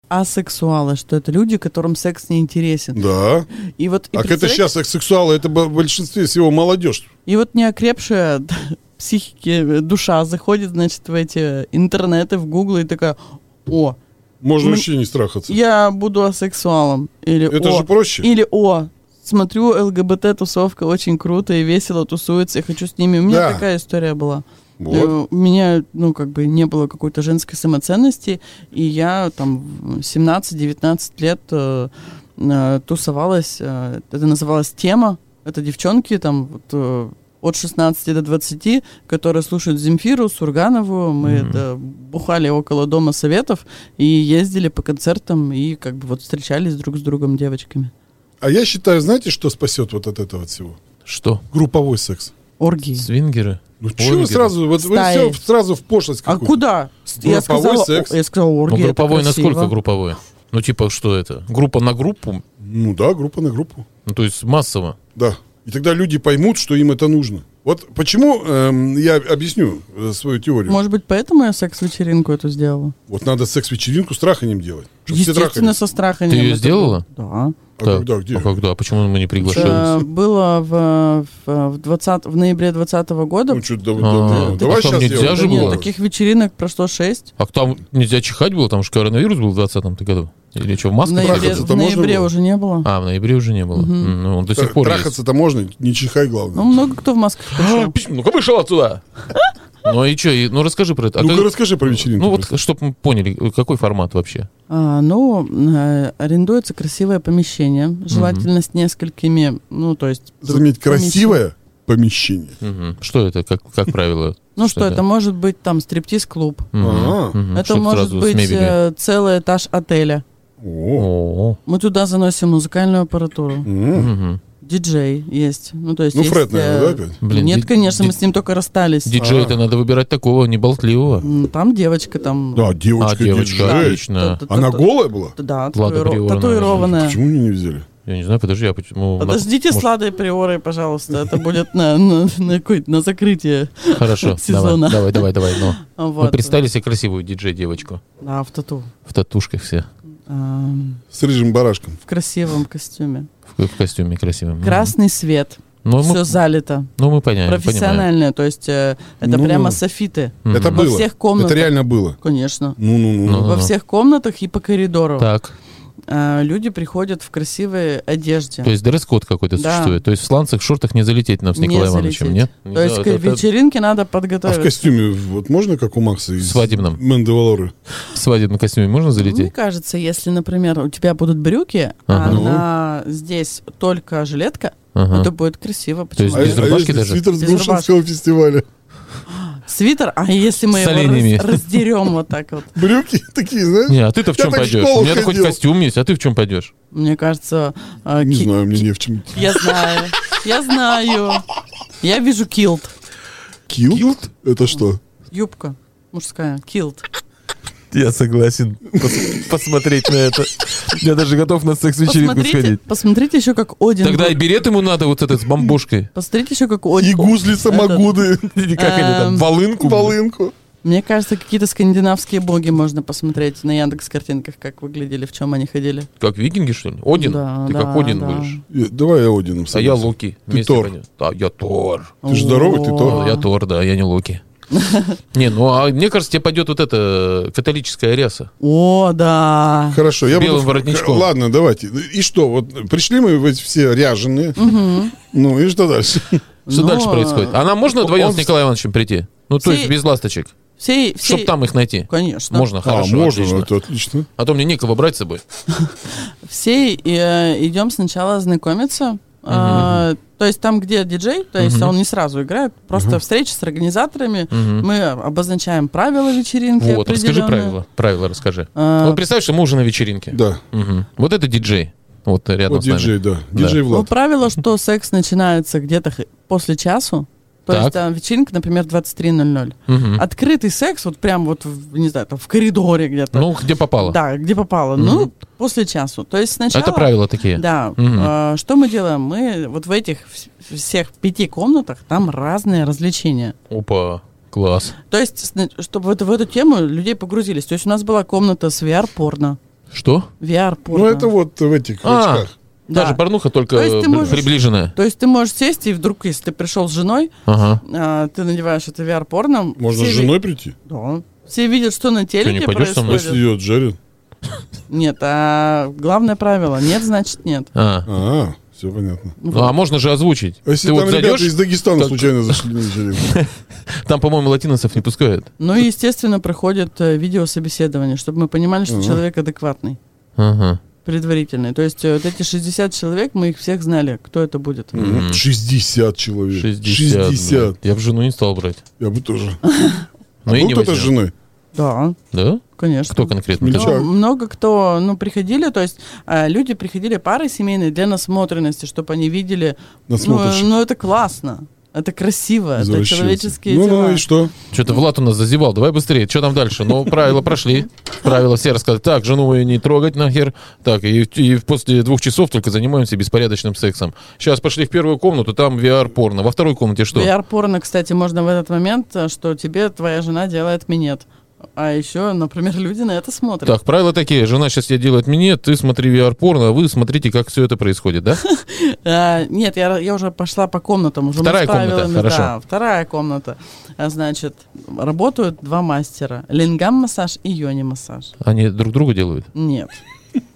Speaker 4: Асексуалы, что это люди, которым секс не интересен.
Speaker 3: Да.
Speaker 4: И вот, и
Speaker 3: Так это
Speaker 4: представь-
Speaker 3: сейчас сексуалы, это бо- в большинстве всего молодежь.
Speaker 4: И вот неокрепшая д- психики э, душа заходит, значит, в эти интернеты, в Гугл и такая, о,
Speaker 3: Можно
Speaker 4: Мы-
Speaker 3: вообще не страхаться.
Speaker 4: я буду асексуалом. Или,
Speaker 3: Это
Speaker 4: о,
Speaker 3: же проще.
Speaker 4: Или о, смотрю, ЛГБТ-тусовка очень круто и весело тусуется, я хочу с ними. У меня
Speaker 3: Да.
Speaker 4: такая история была.
Speaker 3: Вот.
Speaker 4: Э, У меня, ну, как бы не было какой-то женской самоценности, и я там в 17-19 лет э, э, тусовалась, э, это называлась тема, это девчонки там вот э, от 16 до 20, которые слушают Земфиру, Сурганову. Мы это бухали около Дома Советов и ездили по концертам и как бы вот встречались друг с другом девочками.
Speaker 3: А я считаю, знаете, что спасет вот от этого всего?
Speaker 2: Что?
Speaker 3: Групповой секс.
Speaker 4: Оргии.
Speaker 2: Свингеры?
Speaker 3: Ну чего
Speaker 2: Ольгеры?
Speaker 3: сразу, вот вы
Speaker 4: Стаи.
Speaker 3: всё сразу в пошлость
Speaker 4: А
Speaker 3: какую-то.
Speaker 4: куда? С- Я
Speaker 3: Групповой
Speaker 4: сказала,
Speaker 3: секс.
Speaker 4: о- я сказала
Speaker 2: Ну,
Speaker 4: оргия. это
Speaker 2: групповой
Speaker 4: красиво.
Speaker 2: насколько групповой? Ну, типа, что это? Группа на группу?
Speaker 3: Ну да, группа на группу.
Speaker 2: Ну, то есть массово.
Speaker 3: Да. И тогда люди поймут, что им это нужно. Вот почему эм, я объясню э, свою теорию.
Speaker 4: Может быть, поэтому я секс-вечеринку эту сделала?
Speaker 3: Вот надо секс-вечеринку с траханием делать. чтоб все
Speaker 4: Естественно,
Speaker 3: трахались.
Speaker 4: со страха
Speaker 2: Ты её сделала?
Speaker 4: Да.
Speaker 3: А
Speaker 2: Так,
Speaker 3: когда, где?
Speaker 2: А когда? Почему мы не
Speaker 4: Это
Speaker 2: приглашались?
Speaker 4: было в, в, в 20, в ноябре 2020 года.
Speaker 3: Ну, чё, да- да-
Speaker 2: А,
Speaker 3: да.
Speaker 2: так
Speaker 3: Давай
Speaker 2: там
Speaker 3: сейчас
Speaker 2: нельзя
Speaker 3: сделаем.
Speaker 2: же
Speaker 4: Да нет,
Speaker 2: было.
Speaker 4: таких вечеринок прошло 6.
Speaker 2: А там нельзя чихать было, там же коронавирус был в 2020 году. Или что, в
Speaker 4: В
Speaker 2: масках?
Speaker 4: ноябре,
Speaker 3: трахаться-то
Speaker 2: ходили?
Speaker 4: в
Speaker 3: можно
Speaker 4: ноябре
Speaker 3: было?
Speaker 4: уже не было.
Speaker 2: А, в ноябре уже не было. М, Ну, он до сих пор есть.
Speaker 3: Трахаться-то можно, не чихай,
Speaker 4: Ну,
Speaker 3: главное.
Speaker 4: много кто в масках
Speaker 2: А,
Speaker 4: пришел.
Speaker 2: пись- Ну-ка вышел отсюда! Ну и что, ну расскажи про это. А
Speaker 3: Ну-ка
Speaker 2: как-
Speaker 3: расскажи про вечеринку.
Speaker 2: Ну вот, чтобы мы поняли, какой формат вообще.
Speaker 4: А, ну, э, арендуется красивое помещение, желательно с несколькими, ну, то есть...
Speaker 3: Заметь, красивое помещение.
Speaker 2: Мгм. Что это, как, как правило?
Speaker 4: Ну, что это? Может быть, там, стриптиз-клуб.
Speaker 2: Мгм.
Speaker 3: А.
Speaker 2: Мгм.
Speaker 4: Это
Speaker 2: Чтоб
Speaker 4: может
Speaker 2: сразу с
Speaker 4: быть
Speaker 2: мебелью.
Speaker 4: э, целый этаж отеля.
Speaker 3: О.
Speaker 2: О,
Speaker 4: Мы туда заносим музыкальную аппаратуру.
Speaker 3: М.
Speaker 2: мгм.
Speaker 4: Диджей есть. Ну, то есть
Speaker 3: Ну,
Speaker 4: есть,
Speaker 3: Фред, наверное,
Speaker 4: э,
Speaker 3: да, опять?
Speaker 2: Блин,
Speaker 4: Нет,
Speaker 2: ди-
Speaker 4: конечно,
Speaker 2: ди-
Speaker 4: мы с ним только расстались.
Speaker 3: А.
Speaker 2: Диджея-то надо выбирать такого, неболтливого.
Speaker 4: М, Там девочка, там...
Speaker 3: Да,
Speaker 2: А,
Speaker 3: девочка,
Speaker 2: девочка,
Speaker 3: диджей.
Speaker 2: отлично.
Speaker 4: Та- та-
Speaker 3: Она
Speaker 4: та-
Speaker 3: голая была?
Speaker 4: Да,
Speaker 2: Лада
Speaker 4: татуиро-
Speaker 2: Приора,
Speaker 4: татуированная.
Speaker 3: Почему ее не взяли?
Speaker 2: Я не знаю, подожди, а почему...
Speaker 4: Подождите с
Speaker 2: Может,
Speaker 4: Ладой Приорой, пожалуйста. Это будет на, на, на, какой- на закрытие.
Speaker 2: Хорошо,
Speaker 4: сезона.
Speaker 2: давай, давай, давай, давай. ну.
Speaker 4: А,
Speaker 2: Мы
Speaker 4: Вот.
Speaker 2: представили себе красивую диджей-девочку.
Speaker 4: Да, в тату.
Speaker 2: В татушках все.
Speaker 4: Ам,
Speaker 3: С рыжим барашком.
Speaker 4: в красивом костюме.
Speaker 2: В, в костюме красивом. Мгм.
Speaker 4: Красный свет.
Speaker 2: Ну,
Speaker 4: все
Speaker 2: мы,
Speaker 4: залито.
Speaker 2: ну, мы поняли, понимаем.
Speaker 4: Профессиональное. То есть э, это
Speaker 3: Ну.
Speaker 4: прямо софиты.
Speaker 2: Мгм.
Speaker 3: Это
Speaker 4: Во
Speaker 3: было.
Speaker 4: всех комнатах.
Speaker 3: Это реально было.
Speaker 4: Конечно.
Speaker 3: Ну-ну-ну.
Speaker 2: Ну.
Speaker 4: Во всех комнатах и по коридору.
Speaker 2: Так,
Speaker 4: А, люди приходят в красивой одежде.
Speaker 2: то есть дресс-код какой-то
Speaker 4: Да.
Speaker 2: существует. То есть в сланцах, шортах не залететь нам с
Speaker 4: Не
Speaker 2: Николаем Ивановичем, нет?
Speaker 4: залететь. То есть к вечеринке надо
Speaker 3: А в
Speaker 4: подготовиться.
Speaker 3: костюме вот можно, как у Макса из
Speaker 2: Свадебном.
Speaker 3: Мандавалоры?
Speaker 2: В свадебном костюме можно
Speaker 4: Мне
Speaker 2: залететь?
Speaker 4: кажется, если, например, у тебя будут брюки,
Speaker 2: Ага.
Speaker 4: а
Speaker 3: Ну.
Speaker 4: на здесь только жилетка,
Speaker 2: Ага.
Speaker 4: Ну, это будет красиво. Почему?
Speaker 2: есть без
Speaker 4: нет?
Speaker 3: а
Speaker 2: рубашки
Speaker 3: если
Speaker 2: даже?
Speaker 3: Свитер с
Speaker 4: Без
Speaker 3: Грушинского фестиваля.
Speaker 4: Свитер, а если мы
Speaker 2: С оленями.
Speaker 4: его раз- раздерем вот так вот?
Speaker 3: Брюки такие, знаешь?
Speaker 2: Не, а ты-то в
Speaker 3: Я
Speaker 2: чем
Speaker 3: так в
Speaker 2: пойдешь?
Speaker 3: школу
Speaker 2: У меня-то хоть
Speaker 3: ходил.
Speaker 2: костюм есть, а ты в чем пойдешь?
Speaker 4: Мне кажется, а,
Speaker 3: Не
Speaker 4: ки-
Speaker 3: знаю, мне не в чем.
Speaker 4: я знаю, я знаю. Я вижу килт,
Speaker 3: Килт? Это что?
Speaker 4: юбка мужская, килт.
Speaker 2: Я согласен посмотреть на это. Я даже готов на секс-вечеринку
Speaker 4: Посмотрите, посмотрите еще как Один.
Speaker 2: Тогда и
Speaker 4: был.
Speaker 2: берет ему надо вот этот с бомбушкой.
Speaker 4: Посмотрите еще как
Speaker 2: А
Speaker 4: Один.
Speaker 3: И гузли самогуды.
Speaker 2: Или как они там,
Speaker 4: Эм,
Speaker 2: волынку?
Speaker 3: Волынку.
Speaker 4: Мне кажется, какие-то скандинавские боги можно посмотреть на Яндекс картинках, как выглядели, в чем они ходили.
Speaker 2: Как викинги, что ли? Один?
Speaker 4: Да,
Speaker 2: Ты как
Speaker 4: да,
Speaker 2: Один
Speaker 4: да.
Speaker 2: будешь.
Speaker 3: Э, Давай я Одином
Speaker 2: А я
Speaker 3: согласен.
Speaker 2: Луки.
Speaker 3: Ты Тор.
Speaker 2: пойдем. Да, я Тор.
Speaker 3: Ты же здоровый, ты
Speaker 4: О.
Speaker 3: Тор.
Speaker 2: Я Тор, да, я не Луки. Не, ну а мне кажется, тебе пойдет вот эта католическая ряса.
Speaker 4: О, да.
Speaker 3: Хорошо, я
Speaker 2: белым
Speaker 3: буду...
Speaker 2: воротничком.
Speaker 3: Ладно, давайте. И что, вот пришли мы в эти все ряженые. Ну и что дальше?
Speaker 2: Что
Speaker 4: Ну,
Speaker 2: дальше происходит? Она можно вдвоем
Speaker 3: он-
Speaker 2: с Николаем Ивановичем прийти? Ну, то
Speaker 4: Все-
Speaker 2: есть без ласточек.
Speaker 4: Все, все...
Speaker 2: Чтоб там их найти.
Speaker 4: Конечно.
Speaker 2: Можно, хорошо,
Speaker 3: а, можно,
Speaker 2: отлично.
Speaker 3: это отлично.
Speaker 2: А то мне некого брать с собой.
Speaker 4: Все э, идем сначала знакомиться. А, то есть там, где диджей, то есть он не сразу играет, просто встреча с организаторами. Мы обозначаем правила вечеринки.
Speaker 2: Вот, расскажи
Speaker 4: определенные.
Speaker 2: правила. Правила расскажи.
Speaker 4: А.
Speaker 2: Вот представь, что мы уже на вечеринке.
Speaker 3: Да,
Speaker 2: Мгм. Вот это диджей. Вот рядом
Speaker 3: вот
Speaker 2: с нами.
Speaker 3: диджей, да. Диджей
Speaker 4: Ну,
Speaker 3: Влад.
Speaker 4: правило, что секс начинается где-то х- после часу. То
Speaker 2: Так.
Speaker 4: есть там вечеринка, например, 23.00.
Speaker 2: Мгм.
Speaker 4: Открытый секс, вот прям вот, в, не знаю, там в коридоре где-то.
Speaker 2: Ну, где попало.
Speaker 4: да, где попало. Ну, после часу. То есть сначала...
Speaker 2: Это правила такие.
Speaker 4: Да.
Speaker 2: Мгм.
Speaker 4: А, что мы делаем? Мы вот в этих вс- всех пяти комнатах там разные развлечения.
Speaker 2: Опа, класс.
Speaker 4: То есть, сна- чтобы в эту, в эту тему людей погрузились. То есть у нас была комната с VR-порно.
Speaker 2: Что?
Speaker 4: VR-порно.
Speaker 3: Ну это вот в этих
Speaker 2: А.
Speaker 3: очках.
Speaker 2: Та же порнуха, только
Speaker 4: То есть ты
Speaker 2: при-
Speaker 4: можешь-
Speaker 2: приближенная.
Speaker 4: То есть ты можешь сесть, и вдруг, если ты пришел с женой,
Speaker 2: Ага.
Speaker 4: а, ты надеваешь это VR-порно.
Speaker 3: Можно с
Speaker 4: все ви-
Speaker 3: женой прийти?
Speaker 4: Да. Все видят, что на телеке
Speaker 2: не пойдешь со мной?
Speaker 3: Если
Speaker 4: происходит.
Speaker 3: ее отжарят.
Speaker 4: Нет, а главное правило. Нет, значит нет.
Speaker 2: А.
Speaker 3: А, все понятно.
Speaker 2: Ну, а можно же озвучить.
Speaker 3: А если
Speaker 2: Ты
Speaker 3: там
Speaker 2: вот
Speaker 3: ребята
Speaker 2: зайдешь,
Speaker 3: из Дагестана
Speaker 2: так-
Speaker 3: случайно зашли на вечеринку?
Speaker 2: там, по-моему, латиносов не пускают.
Speaker 4: Ну и, естественно, проходит э, видеособеседование, чтобы мы понимали, что человек адекватный.
Speaker 2: Ага.
Speaker 4: предварительный. То есть э, вот эти 60 человек, мы их всех знали, кто это будет.
Speaker 2: Мгм.
Speaker 3: 60 человек.
Speaker 2: 60.
Speaker 3: 60.
Speaker 2: блядь. Я бы жену не стал брать.
Speaker 3: Я бы тоже.
Speaker 2: Но
Speaker 3: а
Speaker 2: и
Speaker 3: был
Speaker 2: не
Speaker 3: кто-то с
Speaker 2: возьму.
Speaker 3: женой?
Speaker 4: Да,
Speaker 2: Да?
Speaker 4: конечно.
Speaker 2: Кто конкретно?
Speaker 3: Ну,
Speaker 2: Ты
Speaker 4: Ну,
Speaker 3: Чак.
Speaker 4: много кто, ну, приходили, то есть э, люди приходили, пары семейные для насмотренности, чтобы они видели. Ну,
Speaker 3: Насмотришь.
Speaker 4: э, ну, это классно, это красиво, это
Speaker 3: Извращенцы.
Speaker 4: человеческие
Speaker 3: Ну,
Speaker 4: дела.
Speaker 3: ну и что?
Speaker 2: Что-то Влад у нас зазевал. Давай быстрее. Что там дальше? Ну, правила прошли. Правила все рассказали. Так, жену мою не трогать нахер. Так, и, и после двух часов только занимаемся беспорядочным сексом. Сейчас пошли в первую комнату, там VR-порно. Во второй комнате что?
Speaker 4: VR-порно, кстати, можно в этот момент, э, что тебе твоя жена делает минет. А еще, например, люди на это смотрят.
Speaker 2: Так, правила такие. Жена сейчас я делает мне, ты смотри VR-порно, а вы смотрите, как все это происходит, да?
Speaker 4: Э, нет, я, я уже пошла по комнатам. Уже мы
Speaker 2: Вторая
Speaker 4: с правилами,
Speaker 2: комната, хорошо.
Speaker 4: Да, вторая комната. А, Значит, работают два мастера. Лингам-массаж и йони-массаж.
Speaker 2: Они друг друга делают?
Speaker 4: Нет,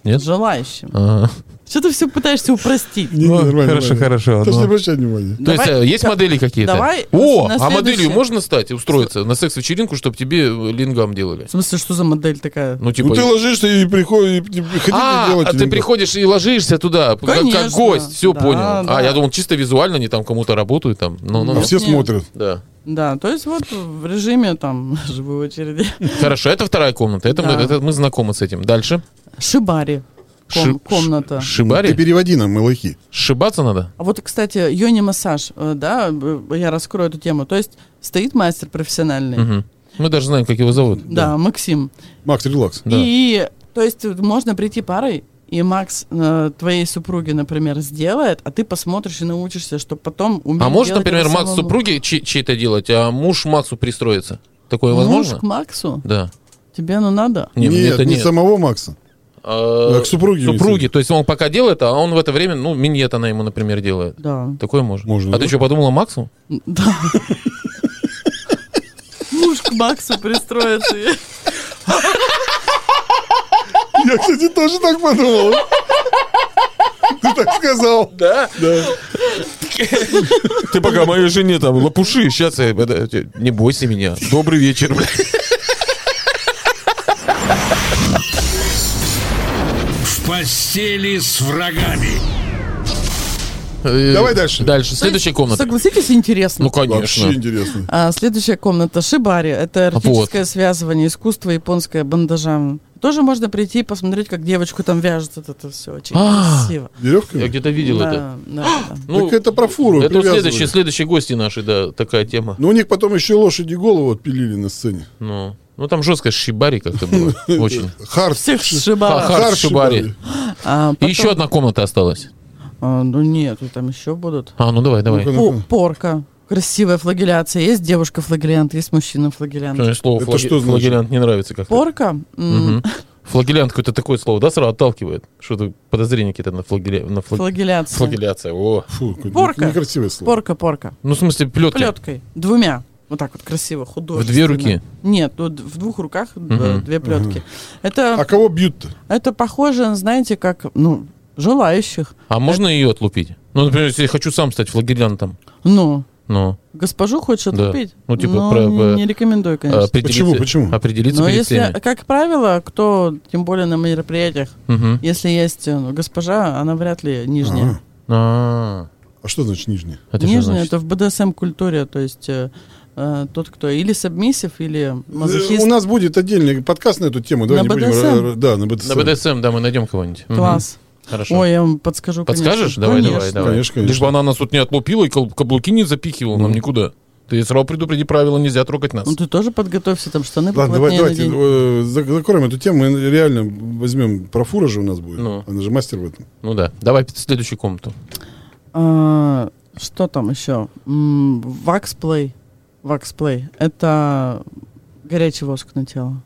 Speaker 2: Нет? А.
Speaker 4: желающим.
Speaker 2: Ага.
Speaker 4: Что ты все пытаешься упростить?
Speaker 3: Не,
Speaker 2: Ну,
Speaker 3: нормально,
Speaker 2: хорошо,
Speaker 3: нормально.
Speaker 2: хорошо,
Speaker 3: Ты ж
Speaker 2: ну.
Speaker 3: не обращай внимания.
Speaker 2: То
Speaker 4: Давай-
Speaker 2: есть э, есть
Speaker 4: да,
Speaker 2: модели какие-то?
Speaker 4: давай
Speaker 2: О,
Speaker 4: на
Speaker 2: а моделью
Speaker 4: следующее.
Speaker 2: можно стать и устроиться на секс-вечеринку, чтобы тебе э, лингам делали?
Speaker 4: В смысле, что за модель такая?
Speaker 2: Ну, типа...
Speaker 3: Ну ты ложишься и приходишь, и хотите
Speaker 2: а,
Speaker 3: делать.
Speaker 2: а
Speaker 3: или
Speaker 2: ты
Speaker 3: нет?
Speaker 2: приходишь и ложишься туда, как- как,
Speaker 4: Конечно.
Speaker 2: гость, все
Speaker 4: Да,
Speaker 2: понял. А,
Speaker 4: да.
Speaker 2: я думал, чисто визуально они там кому-то работают там. Ну, ну,
Speaker 3: А
Speaker 2: ну.
Speaker 3: все
Speaker 4: Нет.
Speaker 3: смотрят.
Speaker 2: Да.
Speaker 4: Да, то есть вот в режиме там живой очереди.
Speaker 2: Хорошо, это вторая комната. Это, мы,
Speaker 4: Да.
Speaker 2: это мы знакомы с этим. Дальше.
Speaker 4: Шибари. Ком-
Speaker 2: Ши-
Speaker 4: комната.
Speaker 2: ш-
Speaker 3: Ты
Speaker 2: Шибари?
Speaker 3: переводи нам, малахи.
Speaker 2: Шибаться надо?
Speaker 4: А вот, кстати, йони-массаж, э, да, э, я раскрою эту тему. То есть стоит мастер профессиональный,
Speaker 2: Мгм. Мы даже знаем, как его зовут.
Speaker 4: да, Максим,
Speaker 3: Макс, релакс.
Speaker 2: Да.
Speaker 4: И, то есть, можно прийти парой, и Макс э, твоей супруге, например, сделает, а ты посмотришь и научишься, чтобы потом уметь
Speaker 2: А может,
Speaker 4: делать
Speaker 2: например,
Speaker 4: это
Speaker 2: Макс
Speaker 4: самому.
Speaker 2: супруге чьи- чьи-то делать, а муж Максу пристроится? Такое
Speaker 4: Муж
Speaker 2: возможно?
Speaker 4: к Максу?
Speaker 2: Да.
Speaker 4: Тебе ну надо?
Speaker 2: Не, мне
Speaker 3: Нет,
Speaker 2: это
Speaker 3: не
Speaker 2: нет.
Speaker 3: самого Макса.
Speaker 2: А,
Speaker 3: а к супруге имеется в
Speaker 2: Супруги.
Speaker 3: виду.
Speaker 2: То есть он пока делает, а он в это время, ну, миньет она ему, например, делает.
Speaker 4: Да.
Speaker 2: Такое можно.
Speaker 3: Можно,
Speaker 2: а
Speaker 3: да.
Speaker 2: ты что, подумала Максу?
Speaker 4: Да. Муж к Максу пристроится.
Speaker 3: Я, кстати, тоже так подумал. Ты так сказал.
Speaker 2: Да? Ты пока моей жене там лопуши, сейчас не бойся меня. Добрый вечер, блядь.
Speaker 1: В постели с врагами.
Speaker 3: Давай дальше.
Speaker 2: Э, Дальше, следующая комната.
Speaker 4: Согласитесь, интересно.
Speaker 2: Ну, конечно.
Speaker 3: Вообще интересно.
Speaker 4: А, следующая комната Шибари. Это эротическое связывание искусства японское бандажам. Тоже можно прийти и посмотреть, как девочку там вяжут. Это, все очень
Speaker 2: А.
Speaker 4: красиво.
Speaker 2: Я
Speaker 3: Веревками?
Speaker 2: где-то видел это.
Speaker 4: Да, да, да.
Speaker 2: Ну,
Speaker 3: так это про фуру
Speaker 2: это
Speaker 3: привязывали.
Speaker 2: следующие, следующие гости наши, да, такая тема.
Speaker 3: Ну, у них потом еще лошади голову отпилили на сцене.
Speaker 2: Ну, ну там жестко шибари как-то было. Очень.
Speaker 3: Хард.
Speaker 4: Всех
Speaker 3: ши-
Speaker 4: сшибала.
Speaker 2: Ха-ха. Хард шибари.
Speaker 3: шибали.
Speaker 4: А,
Speaker 2: И
Speaker 4: потом-
Speaker 2: еще одна комната осталась.
Speaker 4: А, ну нет, ну там еще будут.
Speaker 2: А, ну давай, давай.
Speaker 3: Ну-ка,
Speaker 4: О,
Speaker 3: ну-ка.
Speaker 4: порка. Красивая флагеляция. Есть девушка-флагелянт, есть мужчина-флагелянт.
Speaker 2: Мне слово
Speaker 3: Это
Speaker 2: флаге-
Speaker 3: что значит?
Speaker 2: флагелянт не нравится как-то.
Speaker 4: Порка? М,
Speaker 2: Флагелянт какое-то такое слово, да, сразу отталкивает? Что-то подозрения какие-то на, флагеля... на флаг-
Speaker 4: Флагеляция.
Speaker 2: флагеляция. О.
Speaker 3: Фу, какое
Speaker 4: Порка.
Speaker 3: Некрасивое слово.
Speaker 4: Порка, порка.
Speaker 2: Ну, в смысле, плетки.
Speaker 4: Плеткой. Двумя. Вот так вот красиво,
Speaker 2: В
Speaker 4: художественно.
Speaker 2: две руки.
Speaker 4: Нет, ну, д- в двух руках д-
Speaker 2: Мгм.
Speaker 4: две плетки.
Speaker 3: А
Speaker 4: Это,
Speaker 3: кого бьют-то?
Speaker 4: это похоже, знаете, как, ну, желающих.
Speaker 2: А можно ее отлупить? Ну, например, если я хочу сам стать флагелянтом.
Speaker 4: Ну,
Speaker 2: Ну,
Speaker 4: госпожу хочешь
Speaker 2: Да.
Speaker 4: отлупить?
Speaker 2: Ну, типа,
Speaker 4: Но
Speaker 2: про- а,
Speaker 4: не, не рекомендую, конечно.
Speaker 2: определиться-
Speaker 3: Почему, почему?
Speaker 2: Определиться
Speaker 4: Но
Speaker 2: перед
Speaker 4: если,
Speaker 2: всеми.
Speaker 4: как правило, кто, тем более на мероприятиях,
Speaker 2: Мгм.
Speaker 4: Если есть э, ну, госпожа, она вряд ли нижняя.
Speaker 2: А,
Speaker 3: А что значит нижний?
Speaker 2: это что
Speaker 4: нижняя
Speaker 2: значит?
Speaker 4: это в БДСМ-культуре, эм то есть э, э, тот, кто или сабмиссив,
Speaker 3: Э,
Speaker 4: или
Speaker 3: У
Speaker 4: мазохист.
Speaker 3: нас будет отдельный подкаст на эту тему. Давай
Speaker 4: На
Speaker 3: не будем...
Speaker 4: BDSM?
Speaker 3: ра- ра- Да, на БДСМ.
Speaker 2: На БДСМ, да, мы найдем кого-нибудь. Мгм.
Speaker 4: Класс.
Speaker 2: Хорошо.
Speaker 4: Ой, я вам подскажу,
Speaker 2: Подскажешь?
Speaker 4: конечно.
Speaker 2: Давай,
Speaker 4: Конечно.
Speaker 2: давай, давай.
Speaker 3: Конечно, конечно. Ну.
Speaker 2: Лишь бы она нас тут не отлупила и кал- каблуки не запихивала нам никуда. Ты сразу предупреди правила, нельзя трогать нас.
Speaker 4: Ну ты тоже подготовься, там штаны
Speaker 3: Ладно, давай,
Speaker 4: поплотнее
Speaker 3: давайте
Speaker 4: надень.
Speaker 3: э, зак- закроем эту тему. Мы реально возьмем про фура же у нас будет.
Speaker 2: Ну.
Speaker 3: Она же мастер в этом.
Speaker 2: Ну да. Давай в следующую комнату.
Speaker 4: А, Что там еще? М, Ваксплей. Ваксплей. Это горячий воск на тело.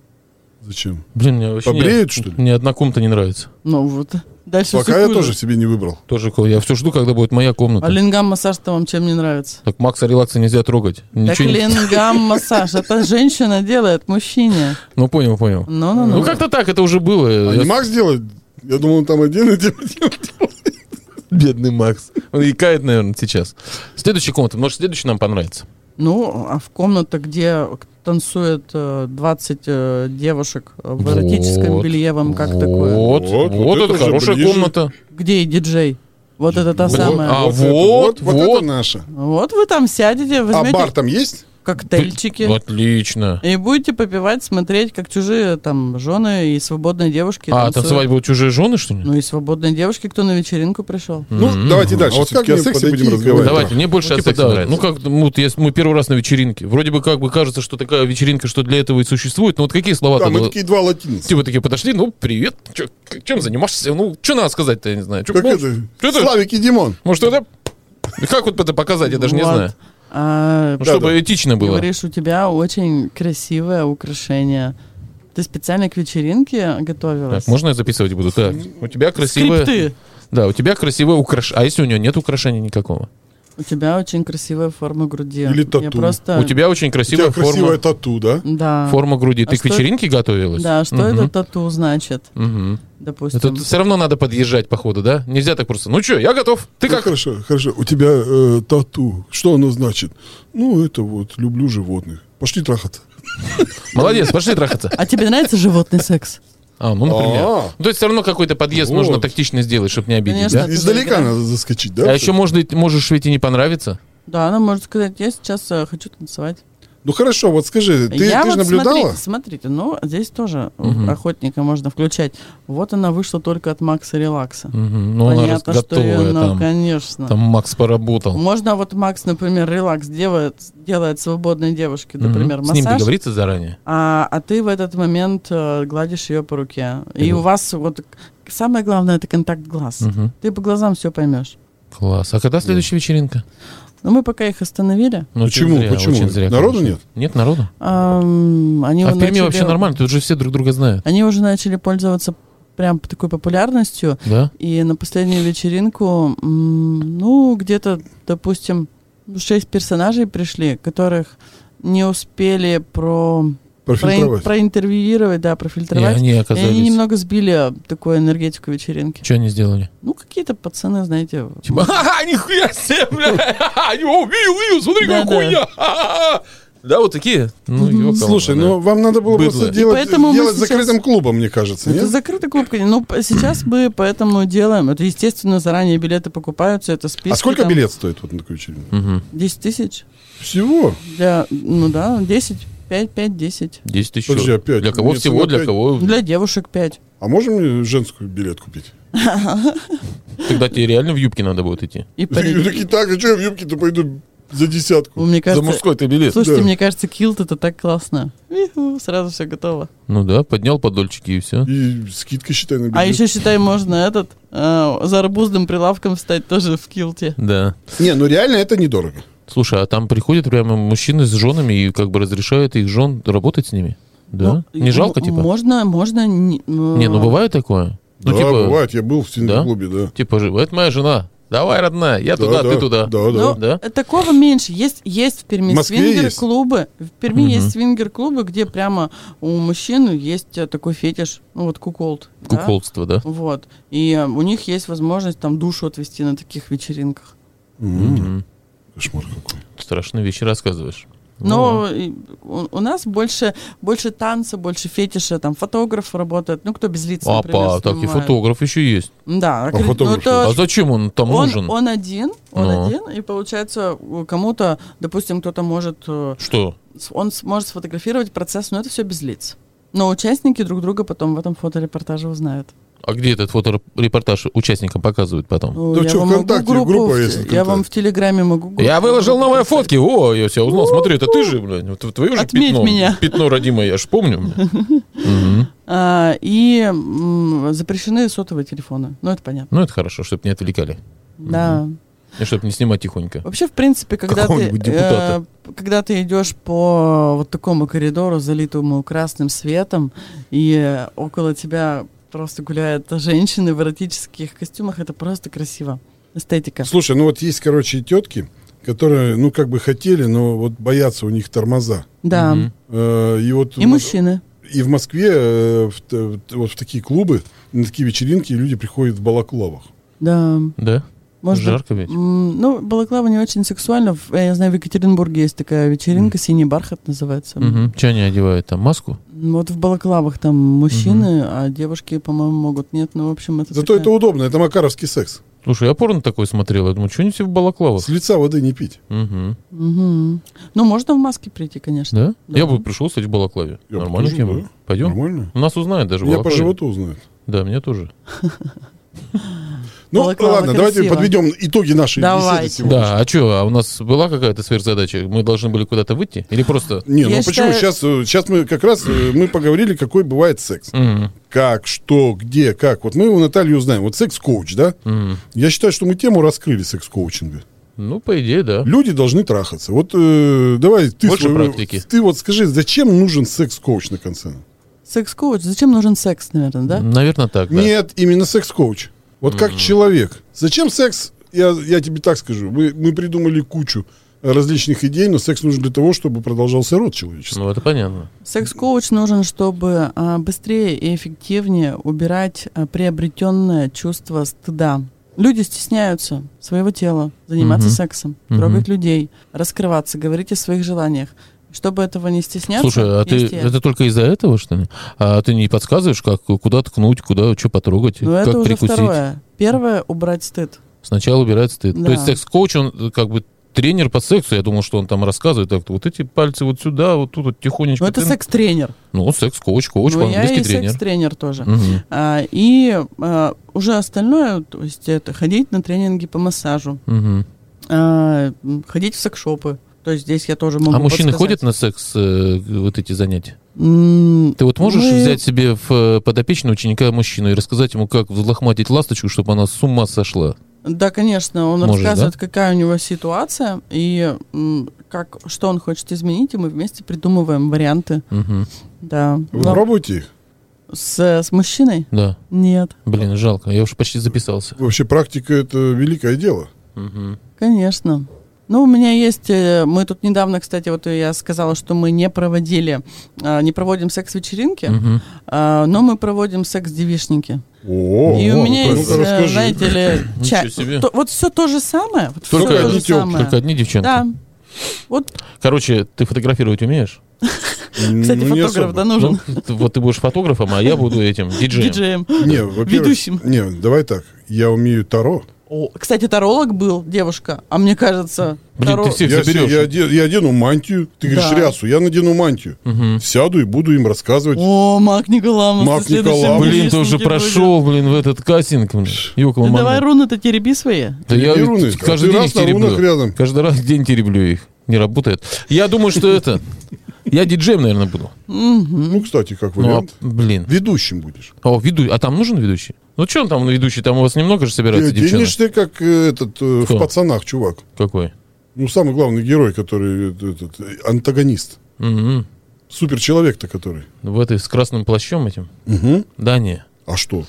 Speaker 3: Зачем?
Speaker 2: Блин, мне вообще...
Speaker 3: Побреют,
Speaker 2: ни-
Speaker 3: что ли?
Speaker 2: Ни одна комната не нравится.
Speaker 4: Ну вот. Дальше
Speaker 3: Пока
Speaker 4: всё
Speaker 3: я
Speaker 4: хуже.
Speaker 3: тоже себе не выбрал.
Speaker 2: Тоже ко- я все жду, когда будет моя комната.
Speaker 4: А лингам-массаж-то вам чем не нравится?
Speaker 2: Так Макса релакса нельзя трогать.
Speaker 4: Так
Speaker 2: Ничего не-
Speaker 4: лингам-массаж. Это женщина делает мужчине.
Speaker 2: Ну понял, понял.
Speaker 4: Ну-ну-ну.
Speaker 2: Ну как-то так, это уже было.
Speaker 3: А
Speaker 2: Я-
Speaker 3: не Макс делает? Я думал, он там отдельно делает.
Speaker 2: Бедный Макс. Он икает, наверное, сейчас. Следующая комната. Может, следующая нам понравится.
Speaker 4: Ну, а в комната, где танцует э, 20 э, девушек в эротическом
Speaker 2: Вот.
Speaker 4: белье, вам как такое?
Speaker 2: Вот, вот,
Speaker 3: Вот, вот
Speaker 2: это,
Speaker 3: это же
Speaker 2: хорошая
Speaker 3: ближе.
Speaker 2: комната.
Speaker 4: Где и диджей? Вот это та
Speaker 2: Вот.
Speaker 4: самая.
Speaker 2: А,
Speaker 3: вот, это,
Speaker 2: вот,
Speaker 3: вот, вот
Speaker 2: вот.
Speaker 3: это наше.
Speaker 4: Вот вы там сядете,
Speaker 3: А
Speaker 4: возьмете
Speaker 3: бар там есть?
Speaker 4: коктейльчики.
Speaker 2: Отлично.
Speaker 4: И будете попивать, смотреть, как чужие там жены и свободные девушки
Speaker 2: А,
Speaker 4: танцуют.
Speaker 2: танцевать будут чужие жены, что ли?
Speaker 4: Ну и свободные девушки, кто на вечеринку пришел.
Speaker 3: Ну, давайте дальше.
Speaker 5: А вот
Speaker 3: Всё-таки
Speaker 5: как
Speaker 3: о
Speaker 5: мне
Speaker 3: сексе
Speaker 5: подойти
Speaker 3: будем
Speaker 5: и
Speaker 3: разговаривать.
Speaker 5: говорить?
Speaker 2: Давайте, мне больше
Speaker 5: Ну, типа,
Speaker 2: от секса-
Speaker 5: всем
Speaker 2: да,
Speaker 5: нравится.
Speaker 2: Ну, как ну, вот, если мы первый раз на вечеринке. Вроде бы как бы кажется, что такая вечеринка, что для этого и существует. Но вот какие слова
Speaker 3: Да,
Speaker 2: там?
Speaker 3: мы такие два латиницы.
Speaker 2: Типа такие подошли, ну, привет, чё, к- чем занимаешься? Ну, что надо сказать-то, я не знаю. Чё,
Speaker 3: Как
Speaker 2: можешь-
Speaker 3: это?
Speaker 2: чё это?
Speaker 3: Славик и Димон.
Speaker 2: Может, это... Как вот это показать, я даже не
Speaker 4: Вот.
Speaker 2: знаю.
Speaker 4: А,
Speaker 2: Ну, чтобы
Speaker 3: да.
Speaker 2: этично было.
Speaker 4: говоришь, у тебя очень красивое украшение. Ты специально к вечеринке готовилась?
Speaker 2: Так, можно я записывать буду? Так, у тебя красивое...
Speaker 4: Скрипты.
Speaker 2: Да, у тебя красивое украшение. А если у нее нет украшения никакого?
Speaker 4: У тебя очень красивая форма груди.
Speaker 3: Или
Speaker 4: Я
Speaker 3: тату.
Speaker 4: просто...
Speaker 2: У тебя очень
Speaker 3: У тебя
Speaker 2: красивая форма,
Speaker 3: красивая тату, да?
Speaker 4: Да.
Speaker 2: форма груди. Ты
Speaker 4: А
Speaker 2: к
Speaker 4: что это?
Speaker 2: вечеринке готовилась?
Speaker 4: Да, что
Speaker 2: Мгм,
Speaker 4: это тату значит,
Speaker 2: мгм.
Speaker 4: допустим?
Speaker 2: Это все равно надо подъезжать, походу, да? Нельзя так просто. Ну что, я готов. Ты
Speaker 3: Ну,
Speaker 2: как?
Speaker 3: Хорошо, хорошо. У тебя э, тату. Что оно значит? Ну, это вот, люблю животных. Пошли трахаться.
Speaker 2: Молодец, пошли трахаться.
Speaker 4: А тебе нравится животный секс?
Speaker 2: А, ну, например.
Speaker 3: А.
Speaker 2: Ну, То есть все равно какой-то подъезд
Speaker 3: Вот.
Speaker 2: нужно тактично сделать, чтобы не обидеть,
Speaker 4: Конечно.
Speaker 2: да?
Speaker 4: Это
Speaker 3: Издалека
Speaker 4: заигра-
Speaker 3: надо заскочить, да?
Speaker 2: А еще, может, быть, можешь ведь и не понравиться.
Speaker 4: Да, она может сказать, я сейчас э, хочу танцевать.
Speaker 3: Ну хорошо, вот скажи, ты,
Speaker 4: я
Speaker 3: ты
Speaker 4: вот
Speaker 3: же наблюдала?
Speaker 4: Смотрите, смотрите, ну здесь тоже охотника можно включать. Вот она вышла только от Макса Релакса.
Speaker 2: Мгм. Ну, она же
Speaker 4: Понятно, что
Speaker 2: готовая
Speaker 4: её, ну,
Speaker 2: там.
Speaker 4: конечно.
Speaker 2: Там Макс поработал.
Speaker 4: Можно вот Макс, например, релакс делает, делает свободной девушке, например,
Speaker 2: Мгм. С ним
Speaker 4: массаж,
Speaker 2: договориться заранее.
Speaker 4: а, а ты в этот момент э, гладишь ее по руке. И
Speaker 2: Мгм.
Speaker 4: у вас вот к- самое главное это контакт глаз.
Speaker 2: Мгм.
Speaker 4: Ты по глазам все поймешь.
Speaker 2: Класс. А когда следующая вечеринка?
Speaker 4: Но Ну, мы пока их остановили.
Speaker 2: Ну, очень
Speaker 3: Почему?
Speaker 2: зря,
Speaker 3: Почему?
Speaker 2: очень зря,
Speaker 3: Народу
Speaker 2: конечно.
Speaker 3: нет?
Speaker 2: Нет народу.
Speaker 4: Ам, они
Speaker 2: А
Speaker 4: у-
Speaker 2: в Перми
Speaker 4: начали-
Speaker 2: вообще нормально, тут же все друг друга знают.
Speaker 4: Они уже начали пользоваться прям такой популярностью.
Speaker 2: Да?
Speaker 4: И на последнюю вечеринку, м, ну, где-то, допустим, шесть персонажей пришли, которых не успели про... проин-
Speaker 3: Профильтровать.
Speaker 4: проинтервьюировать, да,
Speaker 2: И
Speaker 4: профильтровать.
Speaker 2: они
Speaker 4: И
Speaker 2: оказались...
Speaker 4: они немного сбили такую энергетику вечеринки.
Speaker 2: Что они сделали?
Speaker 4: Ну, какие-то пацаны, знаете.
Speaker 2: Типа, ха-ха, нихуя себе, бля! Ха-ха, О, вью, вью, смотри, какая
Speaker 4: Да-да.
Speaker 2: хуйня! Ха-ха-ха!» Да, вот такие. Ну, ёкало,
Speaker 3: Слушай,
Speaker 2: да.
Speaker 3: ну вам надо было
Speaker 2: Быдло.
Speaker 3: просто
Speaker 2: И
Speaker 3: делать,
Speaker 4: поэтому мы
Speaker 3: делать
Speaker 4: сейчас-
Speaker 3: закрытым клубом, мне кажется,
Speaker 4: Это
Speaker 3: нет?
Speaker 4: закрытый клуб, конечно. ну, п- сейчас мы поэтому делаем. Это, естественно, заранее билеты покупаются, это списки.
Speaker 3: А сколько
Speaker 4: там,
Speaker 3: билет стоит вот на такую вечеринку?
Speaker 2: Мгм.
Speaker 4: 10 тысяч.
Speaker 3: Всего.
Speaker 4: Для, ну да, 10, 5, 5, 10.
Speaker 2: 10 тысяч.
Speaker 3: Подожди, опять.
Speaker 2: Для кого
Speaker 3: Мне
Speaker 2: всего, для
Speaker 3: опять-
Speaker 2: кого?
Speaker 4: Для девушек 5.
Speaker 3: А можем мне женскую билет купить?
Speaker 2: Тогда тебе реально в юбке надо будет идти.
Speaker 4: И
Speaker 3: Я
Speaker 4: парик.
Speaker 3: такие, так, а что я в юбке-то пойду за
Speaker 4: Ну,
Speaker 3: десятку?
Speaker 4: Мне
Speaker 2: За
Speaker 4: кажется,
Speaker 2: мужской ты билет.
Speaker 4: слушайте,
Speaker 3: да.
Speaker 4: мне кажется, килт это так классно. Иху, сразу все готово.
Speaker 2: Ну да, поднял подольчики и все.
Speaker 3: И скидка, считай, на билет.
Speaker 4: А еще, считай, можно этот, э, за арбузным прилавком встать тоже в килте.
Speaker 2: Да.
Speaker 3: Не, ну реально это недорого.
Speaker 2: Слушай, а там приходят прямо мужчины с женами и как бы разрешают их жен работать с ними? Да?
Speaker 4: Ну,
Speaker 2: не
Speaker 4: м-
Speaker 2: жалко, типа?
Speaker 4: Можно, можно... Не,
Speaker 2: Не, ну бывает такое?
Speaker 3: Да,
Speaker 2: ну, типа,
Speaker 3: бывает, я был в
Speaker 2: Да?
Speaker 3: клубе, да.
Speaker 2: типа, ж- это моя жена. Давай, родная, я
Speaker 3: Да,
Speaker 2: туда,
Speaker 3: да,
Speaker 2: ты туда.
Speaker 3: Да, да.
Speaker 4: Ну,
Speaker 2: да.
Speaker 4: э, Такого меньше. Есть, есть в Перми
Speaker 3: В Москве
Speaker 4: свингер-клубы. В Перми
Speaker 2: Мгм.
Speaker 4: есть свингер-клубы, где прямо у мужчин есть э, такой фетиш, ну вот куколд. да?
Speaker 2: Куколдство, да?
Speaker 4: Вот. И э, у них есть возможность там душу отвести на таких вечеринках.
Speaker 3: М,
Speaker 2: Мгм.
Speaker 3: Кошмар какой.
Speaker 2: Страшные вещи рассказываешь. Ну,
Speaker 4: Но и у, у нас больше, больше танца, больше фетиша, там фотограф работает, ну кто без лиц,
Speaker 2: Ну,
Speaker 4: например,
Speaker 2: Апа, так и
Speaker 4: снимает.
Speaker 2: фотограф еще есть.
Speaker 4: Да, аккре- ну,
Speaker 3: фотограф
Speaker 4: это
Speaker 2: А зачем он там
Speaker 4: он,
Speaker 2: нужен?
Speaker 4: он один, он
Speaker 2: Ну.
Speaker 4: один, и получается у- кому-то, допустим, кто-то может, э,
Speaker 2: Что?
Speaker 4: с- он сможет сфотографировать процесс, но это все без лиц. Но участники друг друга потом в этом фоторепортаже узнают.
Speaker 2: А где этот фоторепортаж участникам показывают потом?
Speaker 4: Ну,
Speaker 3: Да
Speaker 4: я
Speaker 3: чё,
Speaker 4: вам могу
Speaker 3: ВКонтакте
Speaker 4: группу
Speaker 3: группа
Speaker 4: в-
Speaker 3: есть
Speaker 4: я
Speaker 3: ВКонтакте.
Speaker 4: вам в Телеграме могу. группу-
Speaker 2: Я выложил
Speaker 3: ну,
Speaker 2: новые фотки. О, я себя узнал. Смотри, это ты же, блядь. Вот твое же
Speaker 4: Отметь
Speaker 2: пятно.
Speaker 4: меня.
Speaker 2: Пятно родимое, я ж помню. блядь. Мгм.
Speaker 4: А, и м, запрещены сотовые телефоны. Ну это понятно.
Speaker 2: Ну, это хорошо, чтобы не отвлекали.
Speaker 4: Да.
Speaker 2: И чтобы не снимать тихонько.
Speaker 4: Вообще, в принципе, когда ты,
Speaker 2: Какого-нибудь депутата.
Speaker 4: э, когда ты идешь по вот такому коридору, залитому красным светом, и э, около тебя просто гуляют женщины в эротических костюмах, это просто красиво. Эстетика.
Speaker 3: Слушай, ну вот есть, короче, тетки, которые, ну, как бы хотели, но вот боятся у них тормоза.
Speaker 4: Да.
Speaker 2: Мгм.
Speaker 3: Э, И вот
Speaker 4: И мужчины.
Speaker 3: и в Москве, э, в т- в т- вот в такие клубы, на такие вечеринки люди приходят в балаклавах.
Speaker 4: Да.
Speaker 2: Да?
Speaker 4: Может быть,
Speaker 2: Жарко ведь.
Speaker 4: м, ну, балаклава не очень сексуально. В- Я знаю, в Екатеринбурге есть такая вечеринка, «Синий бархат» называется.
Speaker 2: Мгм. Че они одевают там? Маску?
Speaker 4: Вот в балаклавах там мужчины, а девушки, по-моему, могут. Нет, ну, в общем, это
Speaker 3: Зато
Speaker 4: такая-
Speaker 3: это удобно, это макаровский секс.
Speaker 2: Слушай, я порно такой смотрел. Я думаю, что они все в балаклавах?
Speaker 3: С лица воды не пить.
Speaker 2: Мгм.
Speaker 4: Мгм. Ну, можно в маске прийти, конечно.
Speaker 2: Да?
Speaker 4: Да.
Speaker 2: Я бы пришел, кстати, в балаклаве.
Speaker 3: Я бы
Speaker 2: Нормально
Speaker 3: тоже,
Speaker 2: тема.
Speaker 3: да.
Speaker 2: Пойдем.
Speaker 3: Нормально?
Speaker 2: Нас узнают даже в
Speaker 3: Меня по
Speaker 2: балаклаве.
Speaker 3: животу узнают.
Speaker 2: Да, меня тоже.
Speaker 3: Ну,
Speaker 4: Балаклава
Speaker 3: ладно, давайте
Speaker 4: красиво.
Speaker 3: подведем итоги нашей
Speaker 4: Давайте.
Speaker 3: беседы сегодня.
Speaker 2: Да, а что, а у нас была какая-то сверхзадача? Мы должны были куда-то выйти? Или просто...
Speaker 3: Не, ну
Speaker 4: Я
Speaker 3: почему?
Speaker 4: считаю-
Speaker 3: Сейчас, сейчас мы как раз э, мы поговорили, какой бывает секс.
Speaker 2: Мгм.
Speaker 3: Как, что, где, как. Вот мы у Натальи узнаем. Вот секс-коуч, да?
Speaker 2: Мгм.
Speaker 3: Я считаю, что мы тему раскрыли секс-коучинга.
Speaker 2: Ну, по идее, да.
Speaker 3: Люди должны трахаться. Вот э, давай ты...
Speaker 2: Больше практики.
Speaker 3: Ты вот скажи, зачем нужен секс-коуч на конце?
Speaker 4: Секс-коуч. Зачем нужен секс, наверное, да?
Speaker 2: Наверное, так, да.
Speaker 3: Нет, именно секс-коуч. Вот как человек. Зачем секс? Я, я тебе так скажу. Мы, мы придумали кучу различных идей, но секс нужен для того, чтобы продолжался род человеческий.
Speaker 2: Ну, это понятно.
Speaker 4: Секс-коуч нужен, чтобы а, быстрее и эффективнее убирать а, приобретенное чувство стыда. Люди стесняются своего тела, заниматься
Speaker 2: Мгм.
Speaker 4: сексом,
Speaker 2: Мгм.
Speaker 4: трогать людей, раскрываться, говорить о своих желаниях. Чтобы этого не стесняться,
Speaker 2: Слушай, а ты...
Speaker 4: есть я.
Speaker 2: Это только из-за этого, что ли? А ты не подсказываешь, как, куда ткнуть, куда, что потрогать,
Speaker 4: Но
Speaker 2: как
Speaker 4: Ну, это уже
Speaker 2: прикусить?
Speaker 4: второе. Первое — убрать стыд.
Speaker 2: Сначала убирает стыд.
Speaker 4: Да.
Speaker 2: То есть секс-коуч, он э, как бы тренер по сексу, я думал, что он там рассказывает, так, вот эти пальцы вот сюда, вот тут вот тихонечко.
Speaker 4: Но Ну, это
Speaker 2: ты-
Speaker 4: секс-тренер.
Speaker 2: Ну, секс-коуч, коуч,
Speaker 4: Ну, я
Speaker 2: по-английски
Speaker 4: и
Speaker 2: тренер.
Speaker 4: секс-тренер тоже.
Speaker 2: Мгм.
Speaker 4: А, и а, уже остальное, то есть это ходить на тренинги по массажу,
Speaker 2: Мгм.
Speaker 4: а, м, ходить в секс-шопы. То есть здесь я тоже могу
Speaker 2: А мужчины
Speaker 4: подсказать.
Speaker 2: ходят на секс э, вот эти занятия?
Speaker 4: М,
Speaker 2: Ты вот можешь
Speaker 4: Мы-
Speaker 2: взять себе в э, подопечного ученика мужчину и рассказать ему, как взлохматить ласточку, чтобы она с ума сошла?
Speaker 4: Да, конечно, он
Speaker 2: Можешь,
Speaker 4: рассказывает, какая у него ситуация и м, как, что он хочет изменить, и мы вместе придумываем варианты.
Speaker 2: Мгм.
Speaker 4: Да.
Speaker 3: Вы
Speaker 4: Но
Speaker 3: пробуйте их.
Speaker 4: с, с мужчиной?
Speaker 2: Да.
Speaker 4: Нет,
Speaker 2: Блин, жалко, я уже почти записался.
Speaker 3: Вообще практика это великое дело.
Speaker 2: Мгм.
Speaker 4: конечно. Ну, у меня есть, э, мы тут недавно, кстати, вот я сказала, что мы не проводили, а, не проводим секс-вечеринки,
Speaker 2: Мгм.
Speaker 4: а, но мы проводим секс-девишники.
Speaker 3: О,
Speaker 4: И у
Speaker 3: ну-ка,
Speaker 4: меня
Speaker 3: ну-ка,
Speaker 4: есть, э,
Speaker 3: расскажи.
Speaker 4: знаете ли, ча-
Speaker 2: Ничего себе.
Speaker 4: то- вот все то же самое. вот всё
Speaker 2: Только
Speaker 4: то
Speaker 2: одни
Speaker 4: же
Speaker 3: тёлки,
Speaker 4: самое.
Speaker 2: Только одни девчонки.
Speaker 4: Да. Вот,
Speaker 2: Короче, ты фотографировать умеешь?
Speaker 4: кстати,
Speaker 3: Ну, не
Speaker 4: фотограф,
Speaker 3: особо.
Speaker 4: да, нужен.
Speaker 2: Ну, ты- вот ты будешь фотографом, а я буду этим, диджеем.
Speaker 4: диджеем.
Speaker 3: Не, во-первых,
Speaker 4: ну, Ведущим.
Speaker 3: Не, давай так. Я умею таро.
Speaker 4: О, кстати, таролог был, девушка. А мне кажется,
Speaker 2: Блин,
Speaker 4: таро-
Speaker 2: ты всех
Speaker 3: Я,
Speaker 2: заберешь.
Speaker 3: се- я оде- я одену мантию. Ты
Speaker 4: Да.
Speaker 3: говоришь рясу. Я надену мантию. Сяду и буду им рассказывать.
Speaker 4: О, Мак Николамов.
Speaker 3: Мак
Speaker 4: ты следующим
Speaker 3: Николамов.
Speaker 2: Блин, ты уже
Speaker 4: девичником
Speaker 2: прошел, блин, в этот кастинг. блин. Ёкала
Speaker 4: будешь. Да Ну, давай
Speaker 2: мама.
Speaker 4: руны-то тереби свои.
Speaker 2: Да я
Speaker 3: И руны.
Speaker 2: ведь каждый
Speaker 3: Ты
Speaker 2: день
Speaker 3: раз
Speaker 2: их
Speaker 3: на рунах
Speaker 2: тереблю.
Speaker 3: рядом.
Speaker 2: Каждый раз день тереблю их. Не работает. Я думаю, что это... Я диджеем, наверное, буду.
Speaker 3: Ну, кстати, как
Speaker 2: Ну, а,
Speaker 3: вариант.
Speaker 2: блин.
Speaker 3: Ведущим будешь.
Speaker 2: О, веду... А там нужен ведущий? Ну, что он там ведущий? Там у вас немного же собирается
Speaker 3: Ты
Speaker 2: девчонок?
Speaker 3: оденешь ты как э, этот э, в
Speaker 2: Кто?
Speaker 3: пацанах, чувак.
Speaker 2: Какой?
Speaker 3: Ну, самый главный герой, который э, этот, э, антагонист.
Speaker 2: Мгм.
Speaker 3: Суперчеловек-то который.
Speaker 2: В этой с красным плащом этим?
Speaker 3: Мгм.
Speaker 2: Да не.
Speaker 3: А что?